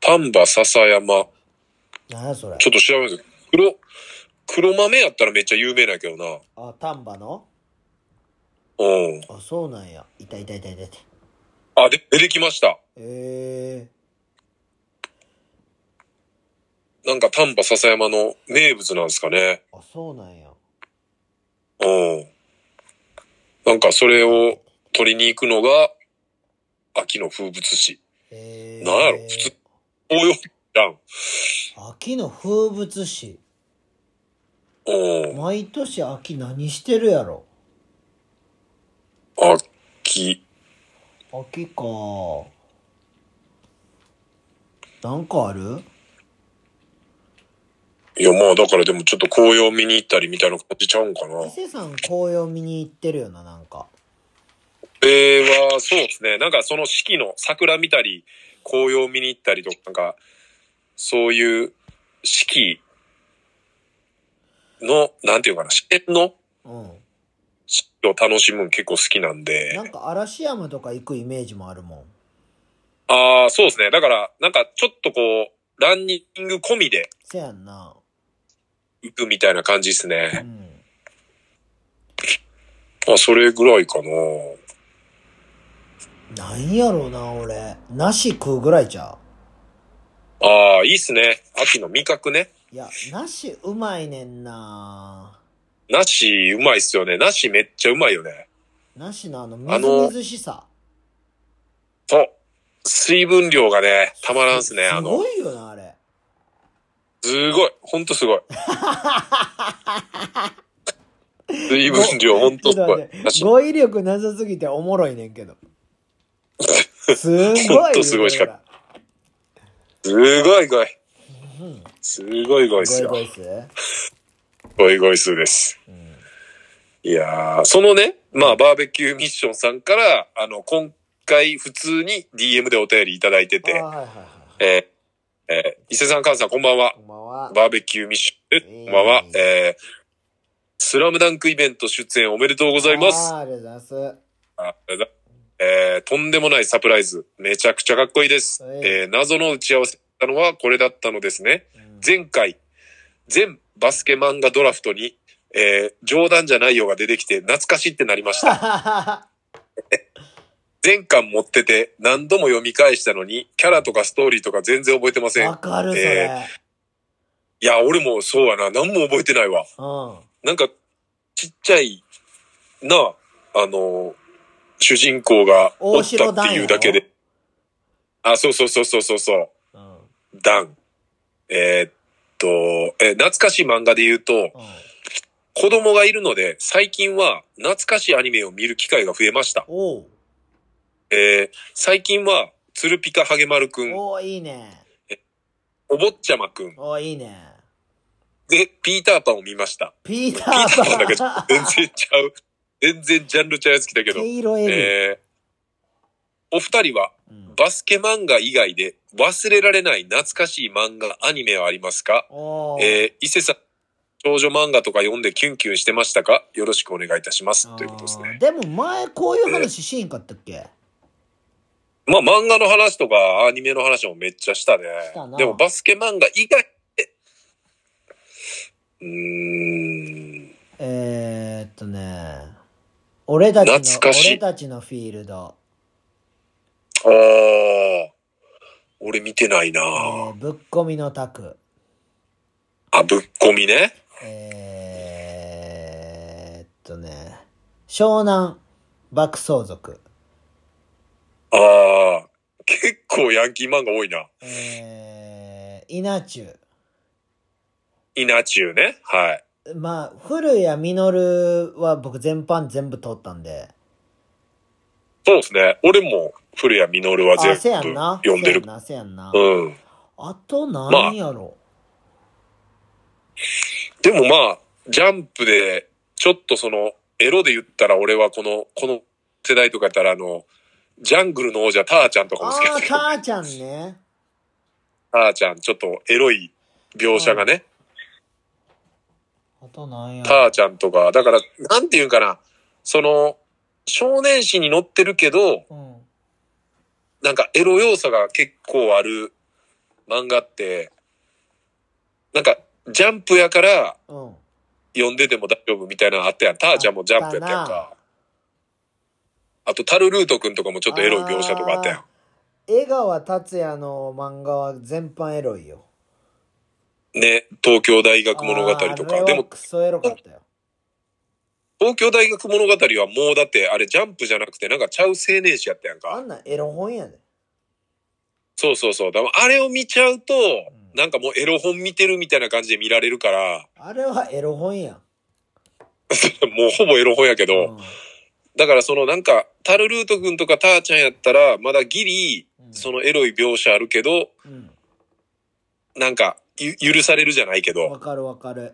S2: 丹波篠山。
S1: なんやそれ
S2: ちょ。っと調べます黒、黒豆やったらめっちゃ有名だけどな。
S1: あ、丹波の
S2: うん。
S1: あ、そうなんや。いたいたいたいたいた。
S2: あ、で、出てきました。
S1: え
S2: なんか丹波篠山の名物なんですかね。
S1: ー、あ、そうなんや。
S2: うん。なんかそれを取りに行くのが、秋の風物詩。
S1: えー、
S2: なんやろ普通およ、じゃん。
S1: 秋の風物詩。
S2: うん。
S1: 毎年秋何してるやろ
S2: 秋。
S1: 秋かなんかある
S2: いや、まあだからでもちょっと紅葉見に行ったりみたいな感じちゃうんかな。
S1: 伊勢さん紅葉見に行ってるよななんか
S2: これは、そうですね。なんかその四季の桜見たり、紅葉見に行ったりとか、なんか、そういう四季の、なんていうかな、四季の
S1: うん
S2: 四季を楽しむの結構好きなんで
S1: な。んか嵐山とか行くイメージもあるもん
S2: ああ、そうですね。だから、なんかちょっとこう、ランニング込みで
S1: せやんな
S2: 行くみたいな感じです
S1: う
S2: ね。
S1: ん
S2: まあ、それぐらいかな。
S1: なんやろな俺梨食うぐらいじゃ
S2: ああ、いいっすね。秋の味覚ね。
S1: ういや梨うまいねんな
S2: 梨、うまいっすよね。梨めっちゃうまいよね。
S1: 梨のあのみ
S2: あ
S1: ず
S2: の
S1: みずしさ
S2: そう。水分量がね、たまらんっすね。あ
S1: す
S2: の、
S1: ごいよなあれ
S2: すごい。ほん
S1: [laughs]
S2: とすごい。水分量ほんとす
S1: ちょっと
S2: ごい。
S1: 待って語彙力なさすぎておもろいねんけ
S2: [laughs]
S1: ど。すごい。
S2: ほんとすごいしか
S1: か
S2: すごいごい。
S1: うん。
S2: すごいごいっすよ
S1: ご。いごいっす
S2: ごいごい数です。
S1: うん。
S2: いやー、そのね、まあ、バーベキューミッションさんから、あの、今回普通に DM でお便りいただいて
S1: あー
S2: て、
S1: はいはいはいはい。
S2: えーえー伊勢さん、菅さん、こんばんは
S1: こ。んばんは。
S2: バーベキューミッション、えこんばんは。えースラムダンクイベント出演おめでとうございます。
S1: あーありがとうございます。
S2: あえーとんでもないサプライズ。めちゃくちゃかっこいいです。
S1: はい
S2: えー謎の打ち合わせたのはこれだったのですね。
S1: うん
S2: 前回、全バスケ漫画ドラフトに、えー冗談じゃないよが出てきて懐かしいってなりました。全巻持ってて何度も読み返したのに、キャラとかストーリーとか全然覚えてません
S1: わ。かるそれ。
S2: いや、俺もそうやな。何も覚えてないわ。
S1: うん。
S2: なんか、ちっちゃいな、あの、主人公がおったっていうだけで。あ、そうそうそうそうそうそう。
S1: うん。
S2: ダン。えーっと、え、懐かしい漫画で言うと、
S1: うん
S2: 子供がいるので、最近は懐かしいアニメを見る機会が増えました。
S1: おう
S2: えー最近は、ツルピカハゲマルくん、
S1: おういいね。
S2: お坊ちゃまくん、
S1: おういいね。
S2: で、ピーターパンを見ました。
S1: ピータ
S2: ピーターパンだけ
S1: ー
S2: ど
S1: パン。
S2: 全然ちゃう。全然ジャンルちゃうやつ来たけど
S1: 毛。色エ
S2: えーお二人は
S1: ビ。うん
S2: バスケ漫画以外で忘れられない懐かしい漫画、アニメはありますか
S1: おう
S2: えー伊勢さん、少女漫画とか読んでキュンキュンしてましたかよろしくお願いいたします。ということです
S1: あー
S2: ね。
S1: でも前こういう話しんかったっけ
S2: まあ漫画の話とかアニメの話もめっちゃしたね
S1: したな。
S2: でもバスケ漫画以外で、うーん、
S1: えー、っとね。俺たちの
S2: 懐かしい
S1: 俺たちのフィールド。
S2: あー、俺見てないな
S1: えー、ぶっこみのタク。
S2: あ、ぶっこみね。
S1: えー、っとね。湘南爆走族。
S2: あー、結構ヤンキー漫画多いな。
S1: えー、稲中。
S2: イナチューね。はい。
S1: まあ、古谷実は僕全般全部通ったんで。
S2: そうですね。俺も古谷実は
S1: あ、せや
S2: 全
S1: ん
S2: 部
S1: な。
S2: 読んでる
S1: せ。やんな、せやんな。
S2: うん。
S1: あと何やろ、
S2: でもまあ、ジャンプで、ちょっとその、エロで言ったら俺はこの、この世代とかやったらあの、ジャングルの王者ターちゃんとかも好き
S1: あ
S2: だ
S1: あ、
S2: けど、
S1: 母ちゃんね。
S2: ターちゃん、ちょっとエロい描写がね、
S1: あと何や
S2: ターちゃんとか、だから、なんていうんかな、その、少年誌に載ってるけど、
S1: うん。
S2: なんかエロ要素が結構ある漫画って、なんか、ジャンプやから
S1: うん。
S2: 読んでても大丈夫みたいなのあったやん。ターちゃんもジャンプやったやん
S1: あっ
S2: か。あと、タルルートくんとかもちょっとエロい描写とかあったやん。
S1: 江川達也の漫画は全般エロいよ。
S2: ね、東京大学物語と
S1: あーあれ
S2: か。
S1: は
S2: でも、
S1: クソエロかったよ。
S2: 東京大学物語はもうだって、あれジャンプじゃなくて、なんかちゃう青年誌やったやん
S1: あ
S2: か。
S1: んなんエロ本やで。
S2: そうそうそう。だからあれを見ちゃうと、
S1: ん
S2: なんかもうエロ本見てるみたいな感じで見られるから、
S1: あれはエロ本やん。
S2: もうほぼエロ本やけど、
S1: ん
S2: だからそのなんか、タルルートくんとかターちゃんやったら、まだギリ、
S1: うん
S2: そのエロい描写あるけど、
S1: うん。
S2: なんか、ゆ許されるじゃないけ
S1: わ
S2: ど、
S1: かるわかる。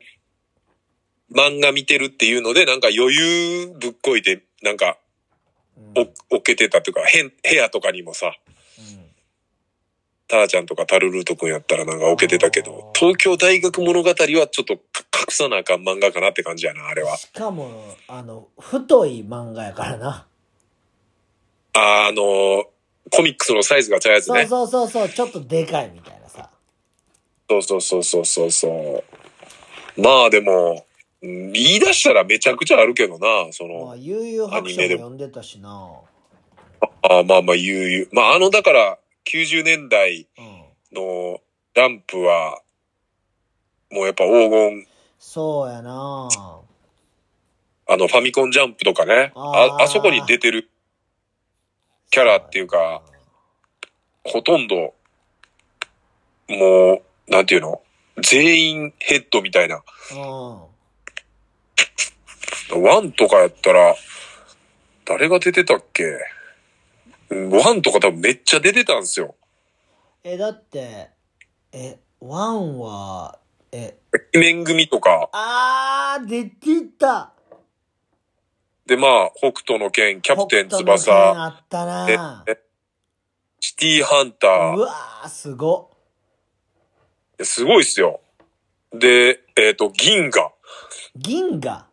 S2: 漫画見てるっていうので、なんか余裕ぶっこいて、なんか、
S1: うん
S2: お、おけてたというか、へん、部屋とかにもさ、ターちゃんとかタルルートくんやったらなんかおけてたけど
S1: あ、ー
S2: 東京大学物語はちょっとか隠さなあかん漫画かなって感じやな、あれ
S1: うん
S2: は。
S1: しかも、あの、太い漫画やからな。
S2: あーあのーコミックスのサイズがちゃうやつ
S1: そう
S2: ね。
S1: そうそうそう、ちょっとでかいみたいなさ。
S2: そうそうそうそうそうそう。まあでも、うん言い出したらめちゃくちゃあるけどな、そ
S1: まあ、
S2: の、
S1: 悠々白
S2: ア
S1: 書
S2: ニ
S1: も
S2: メで
S1: 読んでたしな。
S2: あーまあまあ言う言う。まああの、だから、90年代
S1: うん。
S2: のランプは、もうやっぱ黄金、
S1: そうやな。
S2: あの、ファミコンジャンプとかね、あ
S1: あー
S2: あそこに出てるキャラっていうか、ほとんど、もう、なんていうの全員ヘッドみたいな。
S1: うん。
S2: ワンとかやったら、誰が出てたっけうんワンとか多分めっちゃ出てたんですよ。
S1: え、だって、え、ワンは、え、
S2: 鬼面組とか。
S1: あー、出てた
S2: で、まあ、北斗の剣、キャプテン
S1: 北斗の剣
S2: 翼、
S1: あった
S2: え
S1: な
S2: えシティハンタ
S1: う
S2: ー。
S1: わー、すごっ。
S2: すごいっすよ。で、えっ、と、銀河。
S1: 銀河。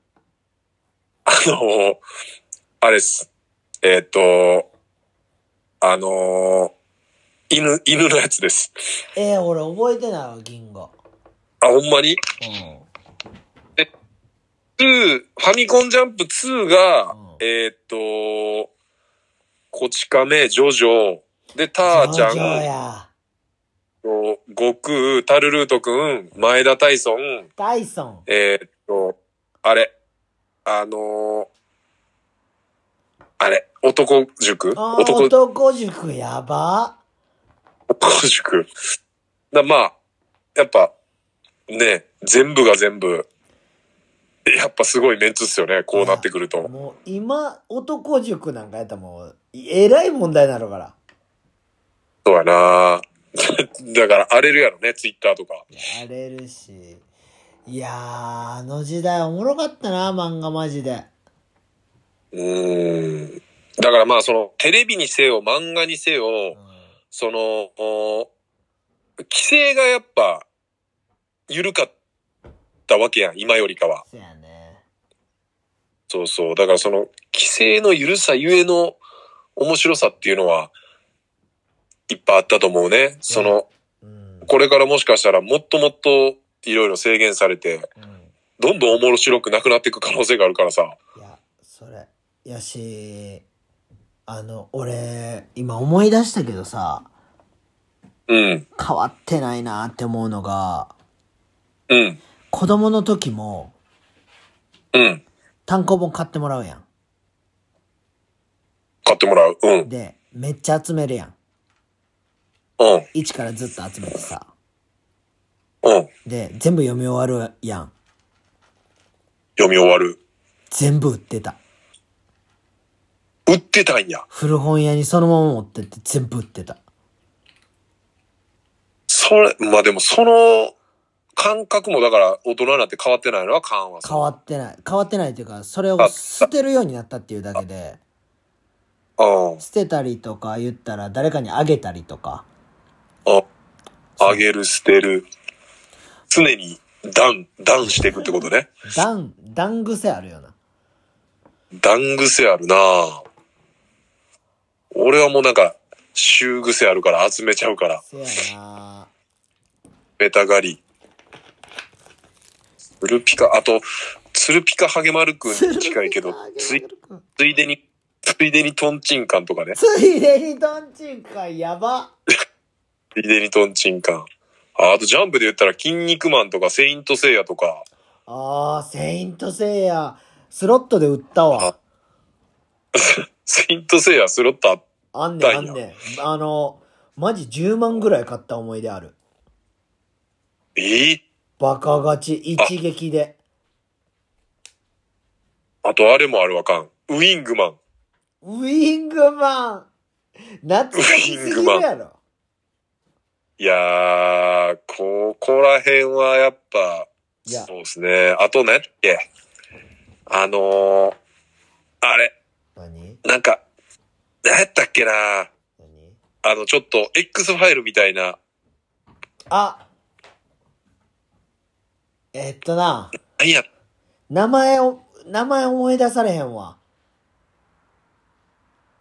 S2: あの、あれっす。えっ、と、あの犬、犬のやつです。
S1: えー、俺覚えてないわ、銀河。
S2: あ、ほんまに
S1: うん。
S2: 2、ファミコンジャンプ2が、
S1: うん
S2: えーっと、こち亀、ジョジョ、で、ターちゃ
S1: ジョジョ
S2: ん、
S1: や。
S2: と悟空、タルルートくん、前田大孫、
S1: ダイソン。
S2: えーっと、あれ、あのーあれ、男塾
S1: あー
S2: 男、
S1: 男塾やば。
S2: 男塾。だまあ、やっぱ、ね、全部が全部、やっぱすごいメンツっすよね、こうなってくると。
S1: もう今、男塾なんかやったらもう、えらい問題になるから。
S2: そうやな [laughs] だから荒れるやろね、ツイッターとか。
S1: やれるし。いやー、あの時代おもろかったな、漫画マジで。
S2: うーん。だからまあその、テレビにせよ、漫画にせ
S1: う
S2: よ
S1: ん、
S2: その、お規制がやっぱ、緩かったわけやん、今よりかは。
S1: そやね。
S2: そうそう。だからその、規制の緩さゆえの面白さっていうのは、いっぱいあったと思うね。その、
S1: うん。
S2: これからもしかしたらもっともっといろいろ制限されて、
S1: うん
S2: どんどん面白くなくなっていく可能性があるからさ。
S1: いや、それ。やし、あの、俺、今思い出したけどさ、
S2: うん。
S1: 変わってないなって思うのが、
S2: うん。
S1: 子供の時も
S2: うん。
S1: 単行本買ってもらうや
S2: 買ってもらう。うん
S1: ん。。で、めっちゃ集めるやん。
S2: うん。
S1: 一からずっと集めてさ。
S2: うん。
S1: で、全部読み終わるやん。
S2: 読み終わる。
S1: 全部売ってた。
S2: 売ってたんや。
S1: 古本屋にそのまま持ってって全部売ってた。
S2: それ、まあでもその感覚もだから大人になって変わってないのは感は
S1: 変わってない。変わってないというか、それを捨てるようになったっていうだけで、
S2: うん。
S1: 捨てたりとか言ったら誰かにあげたりとか。
S2: あ、あげる、捨てる。常に、ダン、ダンしていくってことね。
S1: 段、段癖あるよな。
S2: ダン癖あるなぁ俺はもうなんか、週癖あるから集めちゃうから、
S1: せや
S2: [laughs]
S1: な
S2: メタ狩り。ツルピカ、あと、ツルピカハゲマルくんに近いけど、つい、ついでに、ついでにトンチンカンとかね。
S1: ついでにトンチンカンやば。
S2: ついでにトンチンカン。ああとジャンプで言ったら、筋肉マンとか、セイントセイヤとか、
S1: ああ、セイントセイヤ、スロットで売ったわ。
S2: セイントセイヤスロットあっ
S1: あんねん、あ
S2: ダ
S1: ん
S2: イヤ
S1: ねん。あの、マジ10万ぐらい買った思い出ある。
S2: ええ
S1: バカ勝ち、一撃で。
S2: あとあれもあるわかん。ウィングマン。
S1: ウィングマン懐かしすぎるやろ。
S2: いやー、ここら辺はやっぱ、
S1: いや
S2: そうですね。あとね、え、あのー、あれ、
S1: 何
S2: なんか、何やったっけな
S1: 何
S2: あの、ちょっと、X ファイルみたいな、
S1: あえっとな、
S2: 何や、
S1: 名前を、名前思い出されへんわ。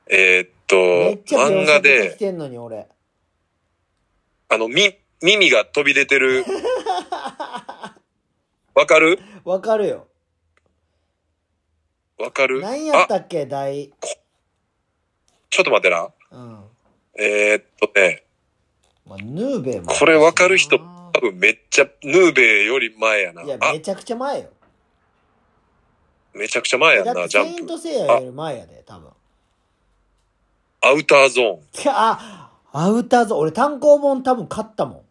S2: えーっ
S1: めっ
S2: と、
S1: ちゃ
S2: 漫
S1: 描
S2: 画
S1: 写出てき
S2: で、
S1: てんのに俺。
S2: あの、み、耳が飛び出
S1: [laughs]
S2: てる。わかる
S1: わかるよ。
S2: わかる
S1: 何やっ
S2: あ、
S1: たっけ、大。
S2: ちょっと待ってな。
S1: うん。ま
S2: えーっとね、
S1: あ、ヌーベイも。
S2: これわかる人
S1: い
S2: 多分めっちゃ、ヌーベイより前やな。
S1: や、
S2: あ
S1: め、ちゃくちゃ前よ。
S2: めちゃくちゃ前や
S1: だ
S2: ん
S1: って、
S2: な、ジ
S1: セイ
S2: ャ
S1: ン
S2: ンプ。
S1: トセイヤより前やで、多分。
S2: アウターゾーン。
S1: てあ、アウターゾーン。俺単行本多分買ったもん。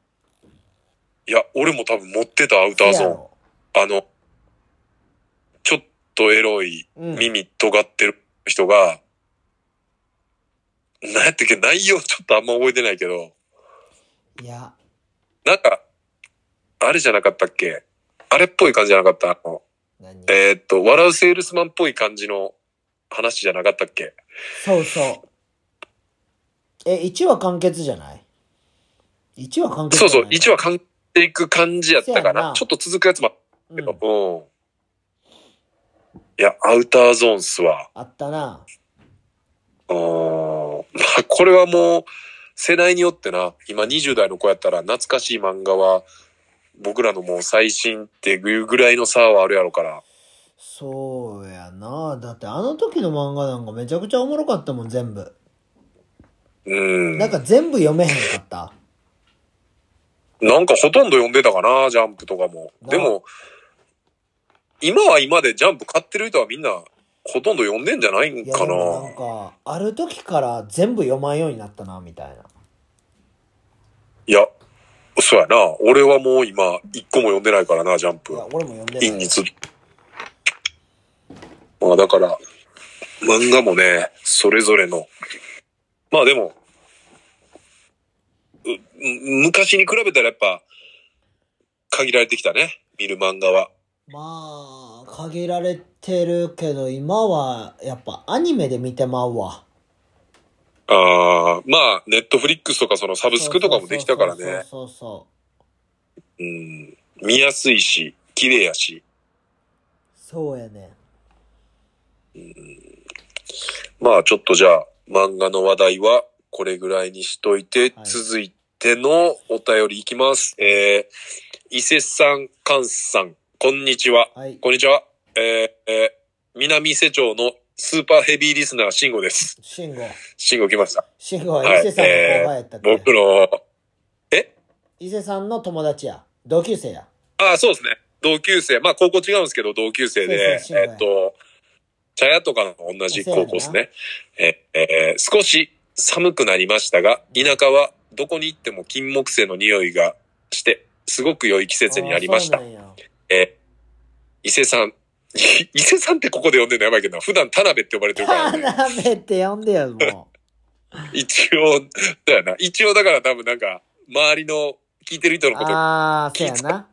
S2: いや、俺も多分持ってたアウター
S1: せや
S2: ゾ
S1: ろ
S2: ーン。あの、ちょっとエロい、
S1: うん
S2: 耳尖ってる人が、なんやったっけ、内容ちょっとあんま覚えてないけど、
S1: いや、
S2: なんか、あれじゃなかったっけあれっぽい感じじゃなかったあの
S1: 何
S2: えーっと、笑うセールスマンっぽい感じの話じゃなかったっけ
S1: そうそう。え、1話完結じゃない ?1 話完結
S2: そうそう、
S1: 一
S2: 1話完っていく感じやった
S1: せや
S2: か
S1: な
S2: な。ちょっと続くやつもあっ
S1: う
S2: たけ
S1: ん
S2: ど、うん。いや、アウターゾーンっすわ。
S1: あったな。
S2: うーん。 [laughs] まあ、これはもう、世代によってな、今20代の子やったら懐かしい漫画は、僕らのもう最新っていうぐらいの差はあるやろから。
S1: そうやな。だってあの時の漫画なんかめちゃくちゃおもろかったもん、全部。
S2: うん。
S1: なんか全部読めへんかった。
S2: なんかほとんど読んでたかな、ジャンプとかも。
S1: な
S2: でも、今は今でジャンプ買ってる人はみんな、ほとんど読んでんじゃないん
S1: いや、
S2: か
S1: で
S2: な。
S1: もなんか、ある時から全部読まんようになったな、みたいな。
S2: いや、そうやな。俺はもう今、一個も読んでないからな、ジャンプ。
S1: 俺も読んで
S2: イ
S1: ない
S2: ンにつ、まあだから、漫画もね、それぞれの、まあでも、うむ昔に比べたらやっぱ、限られてきたね、見る漫画は。
S1: まあ限られてるけど今はやっぱアニメで見てまうわ
S2: ああ、まあ、ネットフリックスとかそのサブスクとかもできたからね。
S1: そうそうそうそう
S2: うん。見やすいし、綺麗やし。
S1: そうやね
S2: まあちょっとじゃあ、漫画の話題はこれぐらいにしといて、
S1: はい
S2: 続いてのお便りいきます。えー、伊勢さん、菅さん、こんにちは。
S1: はい
S2: こんにちは。えーえー南伊勢町のスーパーヘビーリスナー、慎吾です。
S1: 慎吾
S2: 慎吾来ました。
S1: 慎吾は伊勢さんの後輩やったっけ、
S2: 僕の、
S1: 伊勢さんの友達や同級生や
S2: ああ、そうですね。同級生。まあ、高校違うんですけど、同級生で、
S1: そうそう
S2: えっと、茶屋とかの同じ高校ですね。え、えー少し寒くなりましたが、田舎はどこに行っても金木犀の匂いがして、すごく良い季節になりました
S1: あー。そうなんや
S2: えー伊勢さん、 [laughs] 伊勢さんってここで呼んでるのやばいけどな、普段田辺って呼ばれてるから、
S1: [laughs]
S2: ね、
S1: 田辺って呼んでよも
S2: [laughs] 一応、だよな。一応だから多分なんか、周りの聞いてる人
S1: う
S2: のことを
S1: ああそうやな、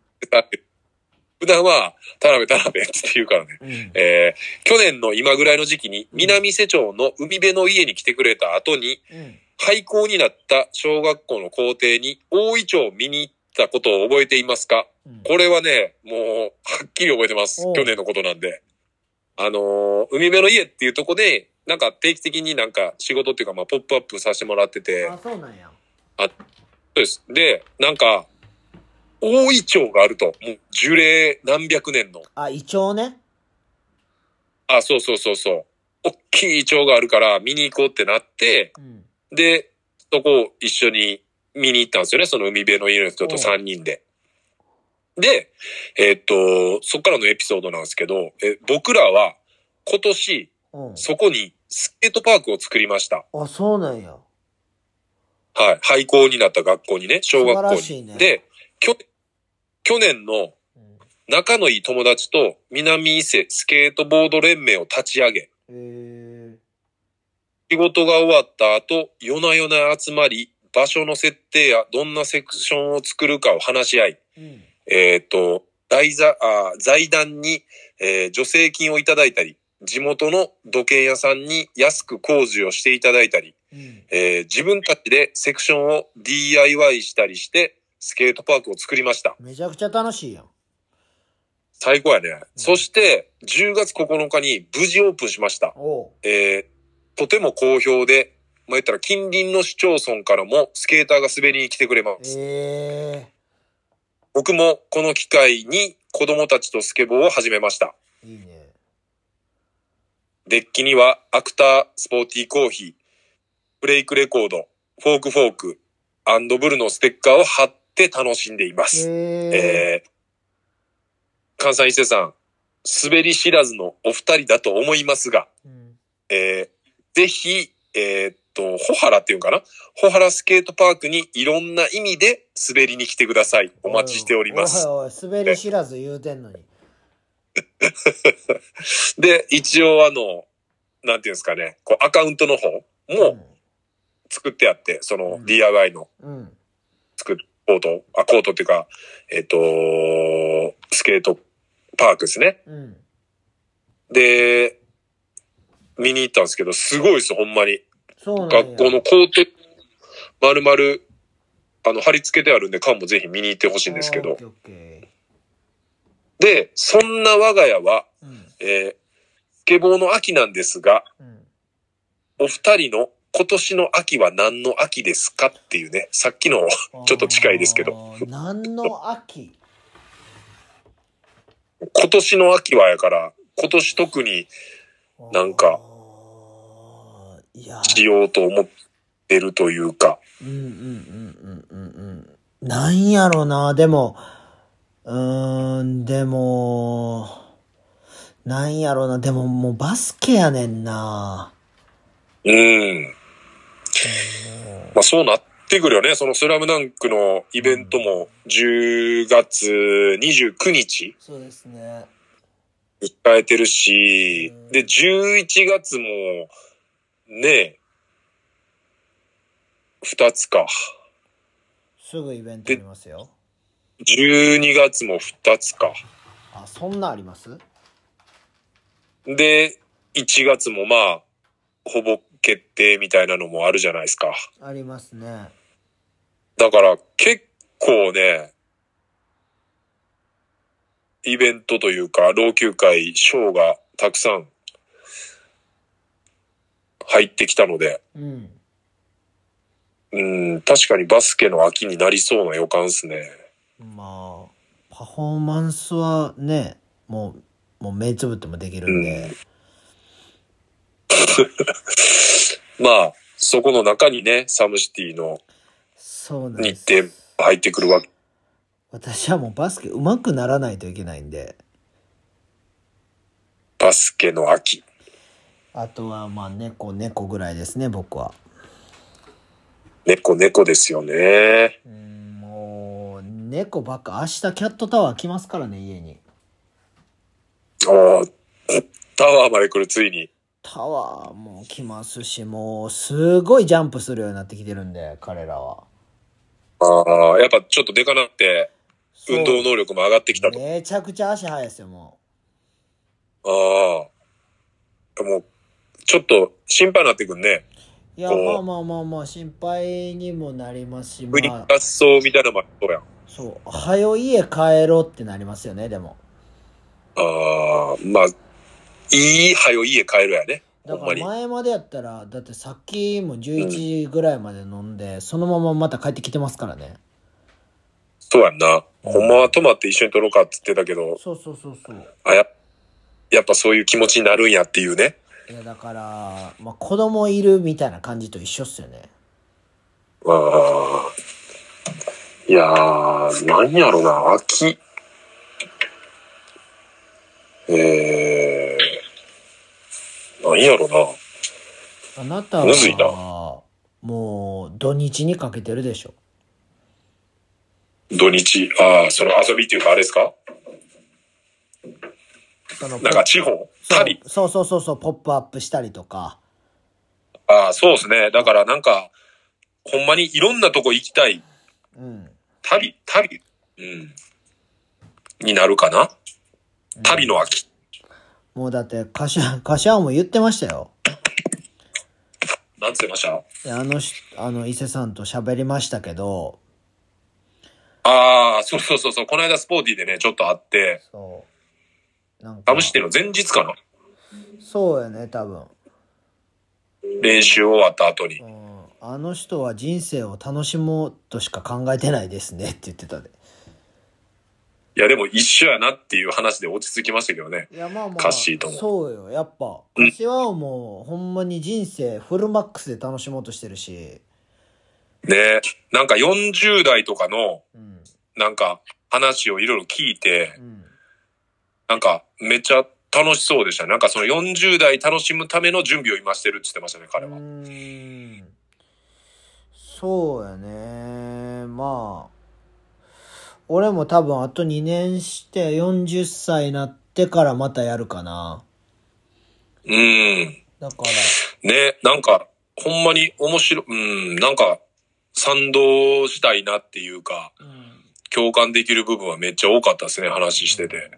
S2: 普段は田辺田辺って言うからね。
S1: うん、
S2: えー去年の今ぐらいの時期に南伊勢町の海辺の家に来てくれた後に
S1: うん
S2: 廃校になった小学校の校庭に大イチョウを見に行ったことを覚えていますか
S1: うん
S2: これはね、もうはっきり覚えてます
S1: おう。
S2: 去年のことなんで。あのー海辺の家っていうとこで、なんか定期的になんか仕事っていうかまあポップアップさせてもらってて、
S1: あそうなんや
S2: そうです。で、なんか、大イチョウがあると、もう樹齢何百年の
S1: あイチョウね
S2: あ、そうそうそうそう。大きいイチョウがあるから見に行こうってなって、
S1: うん
S2: で、そこを一緒に見に行ったんですよね。その海辺の家の人と3人で。で、えーっと、そっからのエピソードなんですけど、え僕らは今年
S1: うん
S2: そこにスケートパークを作りました。
S1: あそうなんや
S2: はい。廃校になった学校にね、小
S1: 素
S2: 学
S1: 晴ら
S2: 校
S1: しい
S2: に。
S1: ね
S2: で、去去年の
S1: うん
S2: 仲のいい友達と南伊勢スケートボード連盟を立ち上げ、
S1: え
S2: 仕事が終わった後、夜な夜な集まり、場所の設定やどんなセクションを作るかを話し合い、
S1: ーうん
S2: えっ、と、財座あー財団に、えー助成金をいただいたり、地元の土建屋さんに安く工事をしていただいたり、
S1: うん
S2: えー自分たちでセクションを DIY したりして、スケートパークを作りました。
S1: めちゃくちゃ楽しいやん
S2: 最高やね。そして、10月9日に無事オープンしました。
S1: おう
S2: えーとても好評で、まあ、言ったら近隣の市町村からもスケーターが滑りに来てくれます。
S1: え
S2: 僕もこの機会に子供たちとスケボーを始めました。
S1: ー、いいね
S2: デッキにはアクター、スポーティーコーヒー、ブレイクレコード、フォークフォーク、アンドブルのステッカーを貼って楽しんでいます。
S1: えー、
S2: えー、関西伊勢さん、滑り知らずのお二人だと思いますが、
S1: うん
S2: えーぜひ、えーっと、穂原っていうんかな穂原スケートパークにいろんな意味で滑りに来てください。お待ちしております。
S1: おいおい滑り知らず言うてんのに
S2: で、一応あの、なんていうんですかね、こうアカウントの方も作ってあって、その
S1: うん
S2: DIY の
S1: うんうん
S2: 作るコート、あ、コートっていうか、えーっと、スケートパークですね。
S1: うん
S2: で、見に行ったんですけど、すごいです、ほんまに。
S1: そうなんや
S2: 学校の校庭、まるまる、あの、貼り付けてあるんで、缶もぜひ見に行ってほしいんですけ
S1: あーオ
S2: ど
S1: ッ。ケーオッケ
S2: で、そんな我が家は、
S1: ーうん
S2: えー、スケボーの秋なんですが、
S1: うん
S2: お二人の今年の秋は何の秋ですかっていうね、さっきの、 [laughs] ちょっと近いですけど
S1: あー何の秋
S2: 今年の秋はやから、今年特になんか
S1: あーいや
S2: しようと思ってるというか、
S1: うんうんうんうんうんうんなんやろなでもうーんでもなんやろなでももうバスケやねんな
S2: うん。まあそうなっってくるよね。そのスラムダンクのイベントも10月29日
S3: そうですね。
S2: 控えてるし
S3: うん、
S2: で、11月も、ねえ、2つか。
S1: すぐイベントありますよ。
S2: 12月も2つか。
S1: あ、そんなあります
S2: で、1月もまあ、ほぼ決定みたいなのもあるじゃないですか。
S1: ありますね。
S2: だから結構ね、イベントというか、老朽会、ショーがたくさん入ってきたので、
S1: うん。
S2: うん、確かにバスケの秋になりそうな予感ですね。
S1: まあ、パフォーマンスはね、もう、もう目つぶってもできるんで、
S2: まあ、そこの中にね、サムシティの
S1: そうなんで
S2: 日
S1: す。
S2: 程入ってくるわけ。
S1: 私はもうバスケ上手くならないといけないんで、
S2: バスケの秋。
S1: あとはまあ猫、猫ぐらいですね、僕は。
S2: 猫猫ですよね。
S1: うん、もう、猫ばっか、明日キャットタワー来ますからね、家に。
S2: ああ、タワーまで来るついに。
S1: タワーも来ますし、もう、すごいジャンプするようになってきてるんで、彼らは。
S2: ああ、やっぱちょっとでかなって、
S1: そう
S2: 運動能力も上がってきたと。
S1: めちゃくちゃ足速いですよ、も
S2: ああ。もう、ちょっと心配になってくんね。
S1: う。いや、
S2: お
S1: まあまあまあまあ、心配にもなりますし、ま
S2: 無理
S1: あ
S2: 合、奏みたいなのもありそうやん。
S1: そう、はよ家帰ろうってなりますよね、でも。
S2: ああ、まあ、いい、はよ家帰るやね。ほ
S1: だ
S2: ん
S1: か
S2: ま
S1: ら
S2: に。
S1: 前までやったら、だってさっきも11時ぐらいまで飲んで、そのまままた帰ってきてますからね。
S2: そうやんな。ほんまは泊まって一緒に撮ろうかって言ってたけど、
S1: そうそうそうそう。
S2: あや、やっぱそういう気持ちになるんやっていうね。
S1: いや、だから、まあ子供いるみたいな感じと一緒っすよね。
S2: ああ。いやー、なんやろな、秋。えー、なんやろな。
S1: あなた
S2: むずいな
S1: は、もう土日にかけてるでしょ。
S2: 土日。ああ、その遊びっていうか、あれですか
S1: その
S2: なんか地方
S1: そう
S2: 旅
S1: そうそうそうそう、ポップアップしたりとか。
S2: ああ、そうですね。だからなんか、ほんまにいろんなとこ行きたい。
S1: うん。
S2: 旅旅うん。になるかな旅の秋。
S1: もうだって、柏、柏も言ってましたよ。
S2: なんつってました
S1: であのし、あの、伊勢さんと喋りましたけど、
S2: ああ、そうそうそうそう。この間スポーティーでね、ちょっと会って、
S1: そう。なん
S2: タ
S1: か
S2: ム、シティの前日かな
S1: そうやね、多分。
S2: 練習終わった後に
S1: う。ん。あの人は人生を楽しもうとしか考えてないですねって言ってたで。
S2: いや、でも一緒やなっていう話で落ち着きましたけどね。
S1: いや、まあまあ、
S2: カッシーとも
S1: そうよ、やっぱ。
S2: うん
S1: 柏はもう、ほんまに人生フルマックスで楽しもうとしてるし、
S2: ねなんか40代とかの、
S1: うん。
S2: なんか話をいろいろ聞いて
S1: う、ん。
S2: なんかめっちゃ楽しそうでしたね。なんかその40代楽しむための準備を今してるって言ってましたね、彼
S1: う
S2: は。
S1: ーんそうやねまあ俺も多分あと2年して40歳になってからまたやるかな
S2: うん。ね
S1: だから
S2: なんかほんまに面白い、うん、なんか賛同したいなっていうか、共感できる部分はめっちゃ多かったですね、話してて。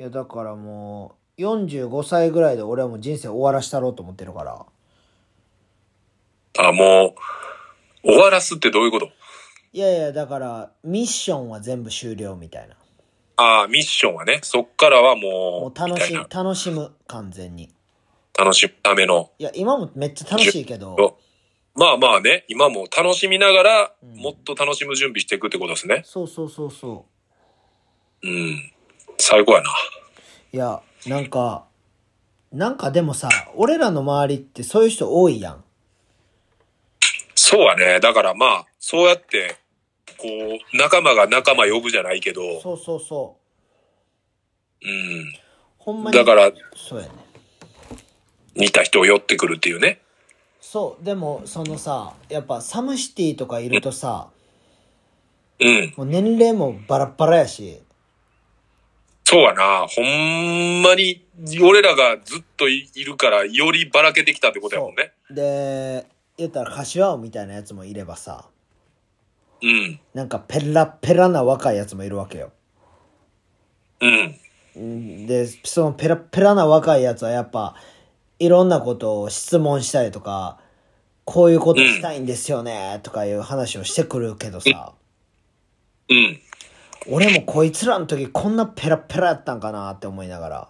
S1: いやだからもう45歳ぐらいで俺はもう人生終わらしたろうと思ってるから
S2: あ、もう、終わらすってどういうこと
S1: いやいやだからミッションは全部終了みたいな
S2: ああ、ミッションはね、そっからは
S1: も
S2: も
S1: う
S2: う、み
S1: 楽
S2: た
S1: し
S2: い
S1: む
S2: な
S1: 楽しむ完全に
S2: 楽しむための。
S1: いや今もめっちゃ楽しいけど
S2: まあまあね、今も楽しみながら、
S1: うん
S2: もっと楽しむ準備していくってことですね。
S1: そうそうそうそう
S2: うん。最高やな。
S1: いや、なんか、なんかでもさ、俺らの周りってそういう人多いやん。
S2: そうやね。だからまあ、そうやって、こう、仲間が仲間呼ぶじゃないけど、
S1: そうそうそ
S2: うん。
S1: う。ほんまに。
S2: だから、
S1: そうやね。
S2: 似た人を寄ってくるっていうね。
S1: そうでもそのさやっぱサムシティとかいるとさ
S2: うん。
S1: もう年齢もバラッバラやし
S2: そうやな。ほんまに、俺らがずっといいるから、よりばらけてきたってことやもんね。
S1: で言ったら柏王みたいなやつもいればさ
S2: うん。
S1: なんかペラペラな若いやつもいるわけよ
S2: うん。
S1: うんでそのペラペラな若いやつはやっぱいろんなことを質問したりとかこういうことしたいんですよねとかいう話をしてくるけどさ、
S2: うん。
S1: 俺もこいつらの時こんなペラペラやったんかなって思いながら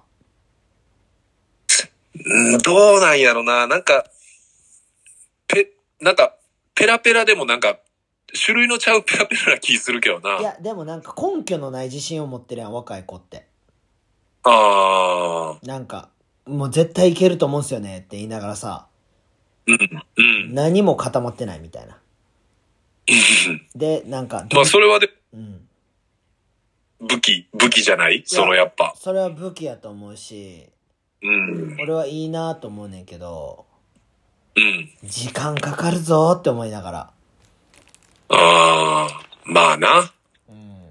S2: うんどうなんやろな。なんか、ペ、なんか、ペラペラでもなんか、種類のちゃうペ [laughs] ラペラな気するけど
S1: い
S2: な。
S1: やでもなんか根拠のない自信を持ってるやん若い子って
S2: ああ。
S1: なんかもう絶対いけると思うんすよねって言いながらさ
S2: うん。うん。
S1: 何も固まってないみたいなでなんか、
S2: まあ、それはで、
S1: うん、
S2: 武器、武器じゃないそのやっぱ。
S1: それは武器やと思うし
S2: うん。
S1: 俺はいいなと思うねんけど
S2: うん。
S1: 時間かかるぞって思いながら。
S2: ああ。まあな。
S1: うん。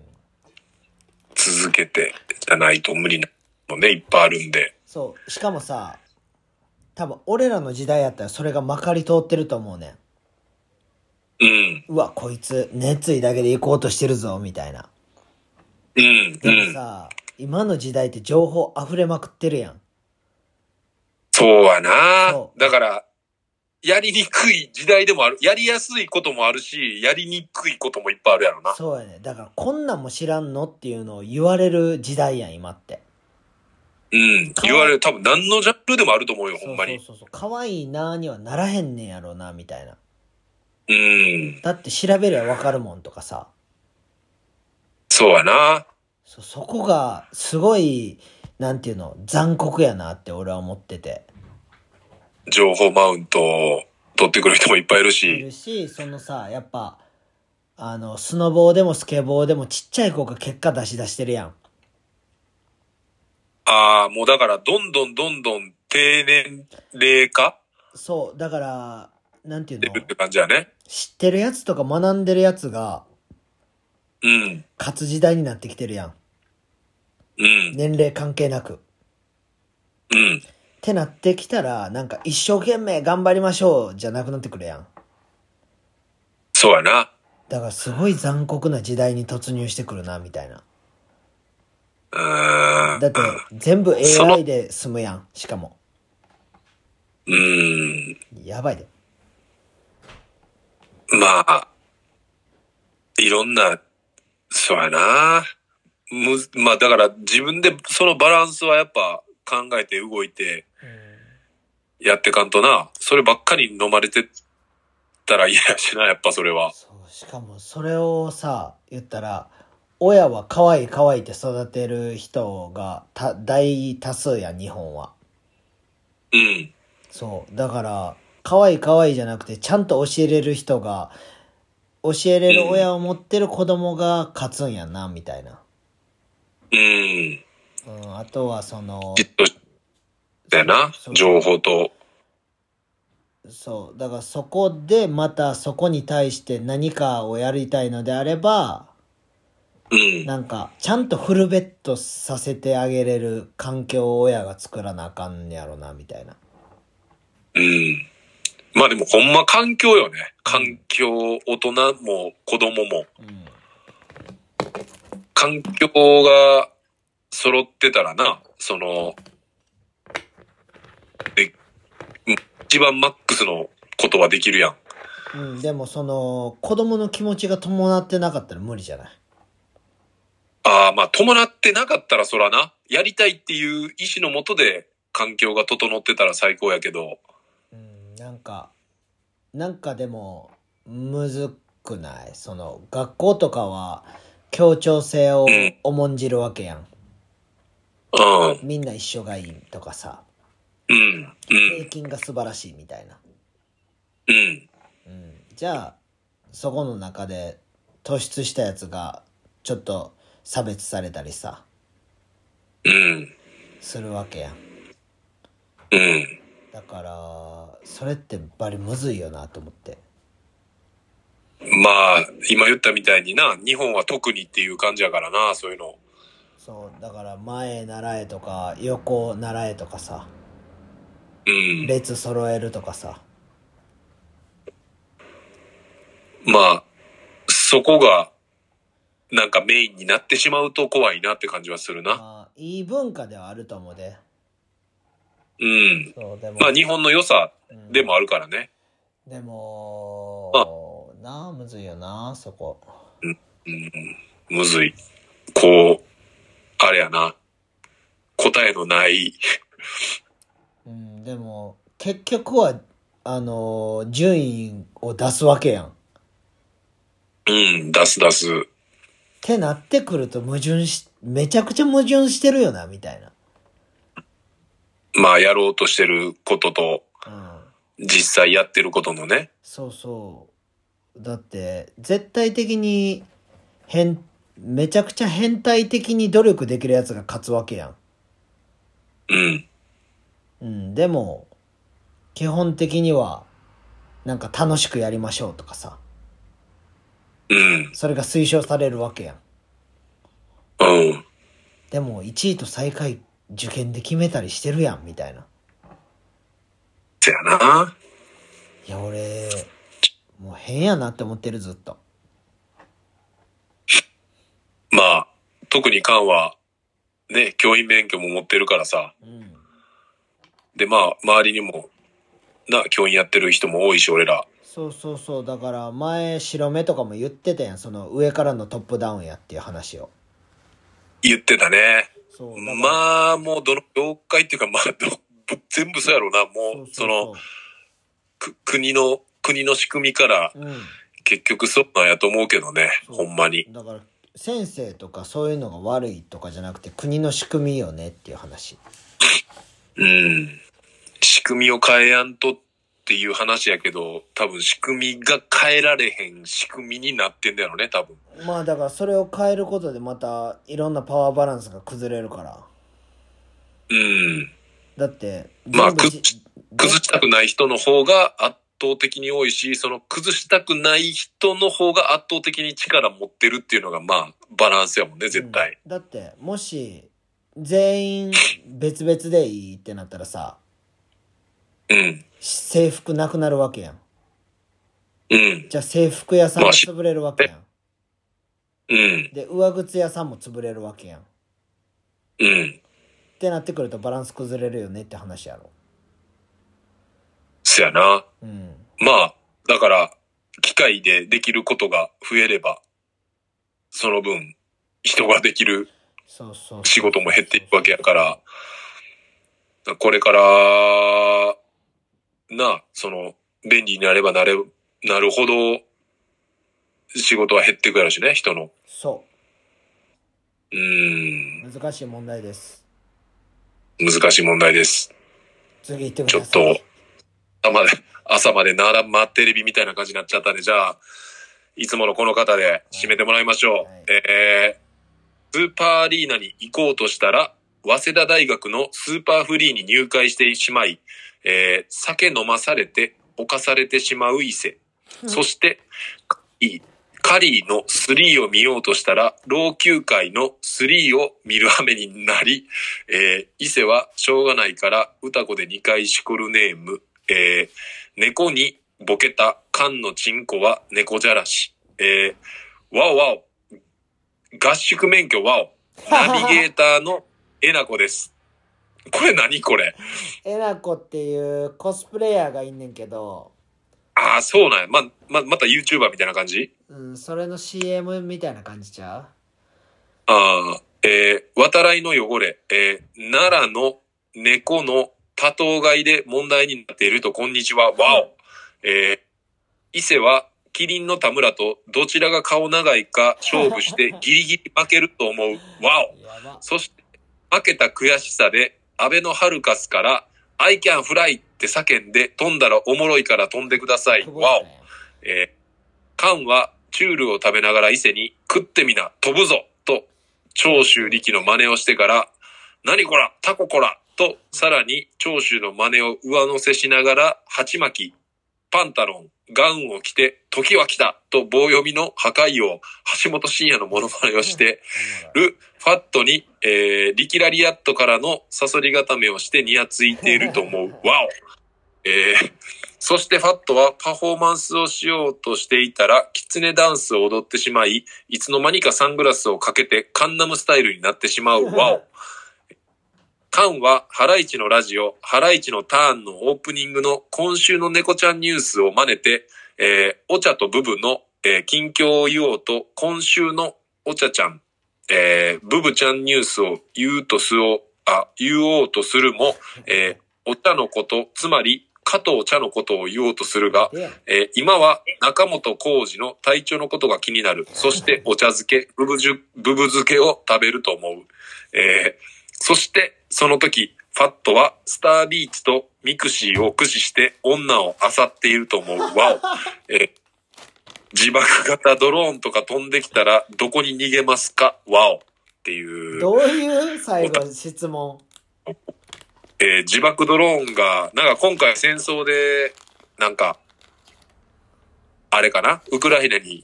S2: 続けてじゃないと無理なのね、いっぱいあるんで。
S1: そう。しかもさ、多分俺らの時代やったらそれがまかり通ってると思うね
S2: うん。
S1: ん。うわ、こいつ熱意だけで行こうとしてるぞ、みたいな。
S2: うん。う
S1: でも
S2: ん。
S1: さ、今の時代って情報溢れまくってるやん。
S2: そうはな
S1: そ。う
S2: だから、やりにくい時代でもある。やりやすいこともあるし、やりにくいこともいっぱいあるやろな。
S1: そうやね。だからこんなんも知らんのっていうのを言われる時代やん、今って。
S2: うん。言われる。多分何のジャンルでもあると思うよ、
S1: そ
S2: ほん
S1: う
S2: ま
S1: そう
S2: に。
S1: そうそう。可愛いなーにはならへんねんやろうな、みたいな。
S2: うん。
S1: だって調べりゃわかるもんとかさ。
S2: そうはな。
S1: そ、そこが、すごい、なんていうの、残酷やなって俺は思ってて。
S2: 情報マウントを取ってくる人もいっぱいいる
S1: い
S2: し。
S1: るし、そのさ、やっぱ、あの、スノボーでもスケボーでもちっちゃい子が結果出し出してるやん。
S2: ああ、もうだから、どんどんどんどん低年齢化
S1: そう、だから、なんていう
S2: して
S1: の
S2: るって感じやね。
S1: 知ってるやつとか学んでるやつが、
S2: うん。
S1: 勝つ時代になってきてるやん。
S2: うん。
S1: 年齢関係なく。っ
S2: うん。
S1: てなってきたら、なんか一生懸命頑張りましょうじゃなくなってくるやん。
S2: そうやな。
S1: だからすごい残酷な時代に突入してくるな、みたいな。
S2: うーん。
S1: だって全部
S2: その
S1: AI で済むやん。しかも。
S2: うーん。
S1: やばいで。
S2: まあ、いろんな、そうやな。むずまあだから自分でそのバランスはやっぱ考えて動いてやってかんとな。そればっかり飲まれてたら嫌やしな、やっぱそれは。
S1: そう、しかもそれをさ、言ったら、親は可愛い可愛いって育てる人がた大多数やん、日本は。
S2: うん。
S1: そう。だから、可愛い可愛いじゃなくて、ちゃんと教えれる人が、教えれる親を持ってる子供が勝つんやな、みたいな。
S2: うん。
S1: うん、あとはその
S2: じ、っとだよな
S1: そ。う
S2: 情報と。
S1: そう。だからそこで、またそこに対して何かをやりたいのであれば、
S2: うん。
S1: なんか、ちゃんとフルベッドさせてあげれる環境を親が作らなあかんねやろな、みたいな。
S2: うん。まあでもほんま環境よね。環境、大人も子供も。
S1: うん。
S2: 環境が揃ってたらな、その、で、一番マックスのことはできるやん。
S1: うん、でもその、子供の気持ちが伴ってなかったら無理じゃない。
S2: ああ、まあ、伴ってなかったらそらな、やりたいっていう意思のもとで環境が整ってたら最高やけど、
S1: うん、なんか、なんかでも、むずくないその、学校とかは、協調性を
S2: うん
S1: 重んじるわけやん。
S2: うん、
S1: みんな一緒がいいとかさ、
S2: うん、う
S1: 平
S2: ん、
S1: 均が素晴らしいみたいな。
S2: うん、
S1: うん、じゃあそこの中で突出したやつがちょっと差別されたりさ
S2: うん、
S1: するわけやん
S2: うん、
S1: だからそれってバリむずいよなと思って
S2: まあ、今言ったみたいにな、日本は特にっていう感じやからな、そういうの。
S1: そうだから前習えとか横習えとかさ
S2: うん。
S1: 列揃えるとかさ
S2: まあ、そこが、なんかメインになってしまうと怖いなって感じはするな。
S1: まあいい文化ではあると思うで
S2: うん。
S1: そうでも
S2: まあ、日本の良さ
S1: うん
S2: でもあるからね。
S1: でもなあむずいよなそこ
S2: うん。むずい。こう、あれやな。答えのない。
S1: うんでも結局はあのー順位を出すわけやんっ
S2: うん、出す出す。
S1: てなってくると矛盾しめちゃくちゃ矛盾してるよなみたいな
S2: まあ、やろうとしてることと、
S1: うん
S2: 実際やってることのね。
S1: そうそうだって絶対的に変めちゃくちゃ変態的に努力できるやつが勝つわけやん
S2: うん。
S1: うん、でも、基本的には、なんか楽しくやりましょうとかさ、
S2: うん。
S1: それが推奨されるわけやん。
S2: うん。
S1: でも、1位と最下位受験で決めたりしてるやん、みたいな。
S2: せやな。
S1: いや、俺、もう変やなって思ってる、ずっと。
S2: まあ、特にカンは、ね、教員免許も持ってるからさ。
S1: うん。
S2: で、まあ、周りにも、な、教員やってる人も多いし、俺ら。
S1: そうそうそう、だから前、白目とかも言ってたやん、その上からのトップダウンやっていう話を。
S2: 言ってたね。
S1: そう。だから
S2: まあ、もう、どの業界っていうか、まあ、ど全部そうやろうな。もう、その、く国の、国の仕組みから、
S1: う、うん。
S2: 結局そうなんやと思うけどね。
S1: そう
S2: ほんまに。
S1: だから先生とかそういうのが悪いとかじゃなくて国の仕組みよねっていう話
S2: うん。仕組みを変えやんとっていう話やけど、多分仕組みが変えられへん仕組みになってんだよね、多分。
S1: まあだからそれを変えることでまたいろんなパワーバランスが崩れるから
S2: うん。
S1: だって
S2: まあ
S1: 全部じ
S2: 崩したくない人の方が圧倒的に多いし、その崩したくない人の方が圧倒的に力持ってるっていうのが、まあ、バランスやもんね、絶対。
S1: うんだってもし全員別々でいいってなったらさ
S2: うん。
S1: 制服なくなるわけやん
S2: うん。
S1: じゃあ制服屋さんが潰れるわけやん
S2: うん。
S1: で上靴屋さんも潰れるわけやんっ
S2: うん。
S1: てなってくるとバランス崩れるよねって話やろ
S2: そやな。
S1: うん
S2: まあ、だから、機械でできることが増えれば、その分、人ができる
S1: そうそうそう
S2: 仕事も減っていくわけやから、これから、な、その、便利になればなれ、なるほど、仕事は減ってくやろしね、人の。
S1: そう
S2: ーん、
S1: う難しい問題です
S2: 難しい問題です。
S1: 次行ってく
S2: ちょ
S1: だ
S2: っ
S1: さい
S2: と、朝まで、朝まで並ばテレビみたいな感じになっちゃったんで、じゃあ、いつものこの方で締めてもらいましょう。
S1: はい
S2: えー、スーパーアリーナに行こうとしたら、早稲田大学のスーパーフリーに入会してしまい、えー、酒飲まされて、犯されてしまう伊勢。そして、カリーカリーの3を見ようとしたら、老朽会の3を見る羽目になり、えー、伊勢はしょうがないから、歌子で2回しこるネーム、えー、猫にボケた缶のチンコは猫じゃらし、えー、わおわお、合宿免許わお、ナビゲーターのえなこです。これ何これ
S1: えなこっていうコスプレイヤーがいんねんけど、
S2: ああ、そうなんや。ま、ま、また YouTuber みたいな感じ
S1: うん、それの CM みたいな感じちゃ
S2: ああ、えー、渡来の汚れ、えー、奈良の猫の多頭飼いで問題になっていると、こんにちは、わお。えー、伊勢は、キリンの田村とどちらが顔長いか勝負してギリギリ負けると思う、わお
S1: う。やば
S2: そして、負けた悔しさで、安倍のハルカスから、I can fly って叫んで、飛んだらおもろいから飛んでください、
S1: 久保
S2: わ
S1: 田
S2: お
S1: や。
S2: えー、カンはチュールを食べながら伊勢に食ってみな、飛ぶぞと、長州力の真似をしてから、何こら、タコこら、と、さらに、長州の真似を上乗せしながら、鉢巻き、パンタロン、ガウンを着て、時は来たと棒読みの破壊王、橋本真也のモノマネをしてる、ファットに、えー、リキラリアットからのサソリ固めをしてニヤついていると思う。わおえー、そしてファットはパフォーマンスをしようとしていたら、キツネダンスを踊ってしまい、いつの間にかサングラスをかけてカンナムスタイルになってしまう。わおカンは、ハライチのラジオ、ハライチのターンのオープニングの今週の猫ちゃんニュースを真似て、えーお茶とブブの、えー近況を言おうと、今週のお茶ちゃん、えーブブちゃんニュースを言うとすお、あ、言おうとするも、えーお茶のこと、つまり、加藤茶のことを言おうとするが、
S1: で
S2: えー今は中本浩二の体調のことが気になる。そしてお茶漬け、ブブじゅブブ漬けを食べると思う。えーそしてその時、ファットはスタービーチとミクシーを駆使して女を漁っていると思う。わお。えー自爆型ドローンとか飛んできたらどこに逃げますかわお。っていう。
S1: どういう最後質問
S2: えー自爆ドローンが、なんか今回戦争で、なんか、あれかなウクライナに、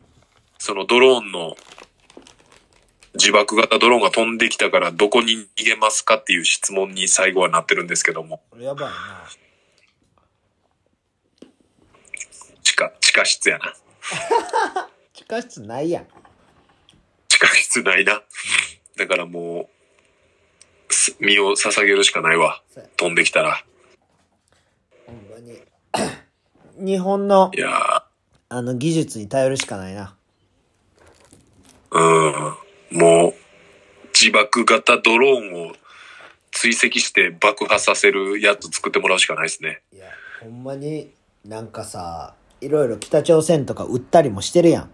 S2: そのドローンの、自爆型ドローンが飛んできたからどこに逃げますかっていう質問に最後はなってるんですけども、
S1: やばい
S2: 地下、地下室やな。
S1: な。地下室ないやん。
S2: 地下室ないな。だからもう、す身を捧げるしかないわ。
S1: そうや
S2: 飛んできたら。
S1: ほんまに。日本の
S2: いや
S1: あの技術に頼るしかないな。
S2: ー、うん。もう、自爆型ドローンを追跡して爆破させるやつ作ってもらうしかないですね。
S1: いや、ほんまになんかさ、いろいろ北朝鮮とか売ったりもしてるやん。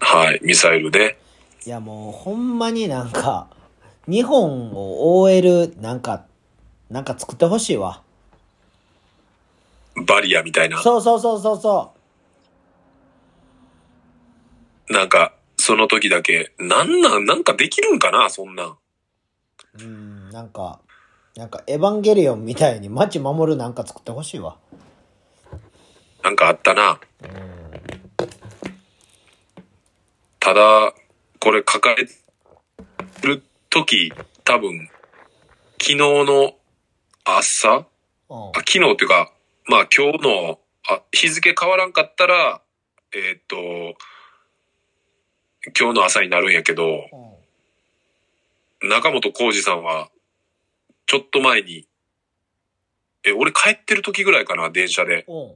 S2: はい、ミサイルで。
S1: いやもうほんまになんか、日本を覆えるなんか、なんか作ってほしいわ。
S2: バリアみたいな。
S1: そうそうそうそうそ
S2: なんか、その時だけ、なんなん、なんかできるんかな、そんなん。
S1: う。うん、なんか、なんかエヴァンゲリオンみたいに街守るなんか作ってほしいわ。
S2: なんかあったな。ただ、これ書かれる時、多分、昨日の朝
S1: うん
S2: あ。昨日っていうか、まあ今日の、あ、日付変わらんかったら、えーっと、今日の朝になるんやけど、
S1: うん
S2: 中本浩二さんは、ちょっと前に、え、俺帰ってる時ぐらいかな、電車で。
S1: う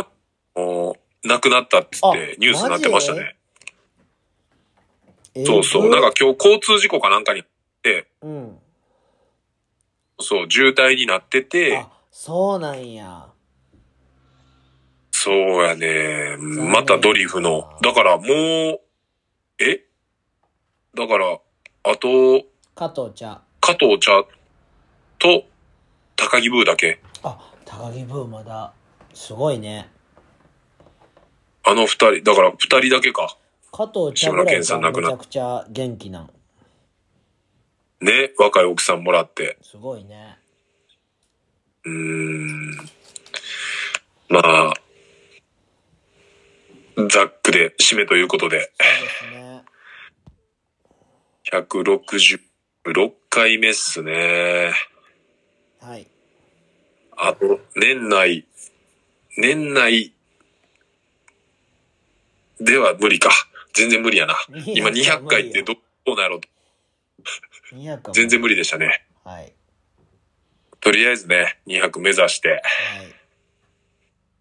S1: ん。
S2: お亡くなったっつって
S1: あ
S2: ニュースになってましたね。
S1: え
S2: そうそう。なんか、今日交通事故かなんかにあって、
S1: うん。
S2: そう、渋滞になってて
S1: あ、、そうなんや。
S2: そうやね。またドリフの。だからもう、えだから、あと、
S1: 加藤茶。
S2: 加藤茶と高木ブーだけ。
S1: あ、高木ブーまだ、すごいね。
S2: あの二人、だから二人だけか。
S1: 加藤茶ぐらい
S2: 志村けんさん
S1: が
S2: 亡
S1: め
S2: く
S1: ち
S2: なっ
S1: ゃくちゃ元気なん。
S2: ね、若い奥さんもらって。
S1: すごいね。
S2: うーん。まあ、ザックで締めということで、
S1: そうですね。 [laughs]
S2: 166回目っすね。
S1: はい。
S2: あと、年内、年内では無理か。全然無理やな。今200回ってどどうなろうと
S1: 200は
S2: 全然無理でしたね。
S1: はい。はい。
S2: とりあえずね、200目指して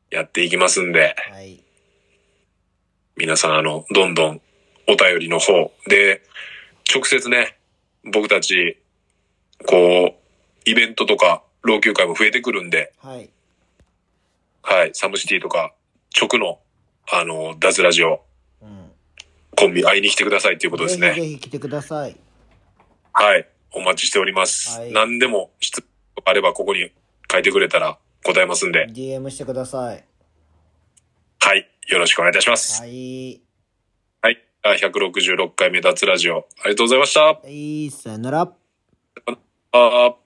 S2: やっていきますんで、
S1: はい。
S2: 皆さんあの、どんどんお便りの方で、直接ね、僕たち、こう、イベントとか、老朽会も増えてくるんで、
S1: はい。
S2: はい、サムシティとか、直の、あの、ダズラジオ、
S1: うん。
S2: コンビ会いに来てくださいっていうことです
S1: ぜ
S2: ね。
S1: ひぜひ来てください。
S2: はい、お待ちしております。
S1: はい
S2: 何でも質問があればここに書いてくれたら答えますんで、
S1: DM してください。
S2: はい、よろしくお願いいたします。
S1: はい。
S2: はい、あ166回目脱ラジオ、ありがとうございました。
S1: はい、さよなら。
S2: あー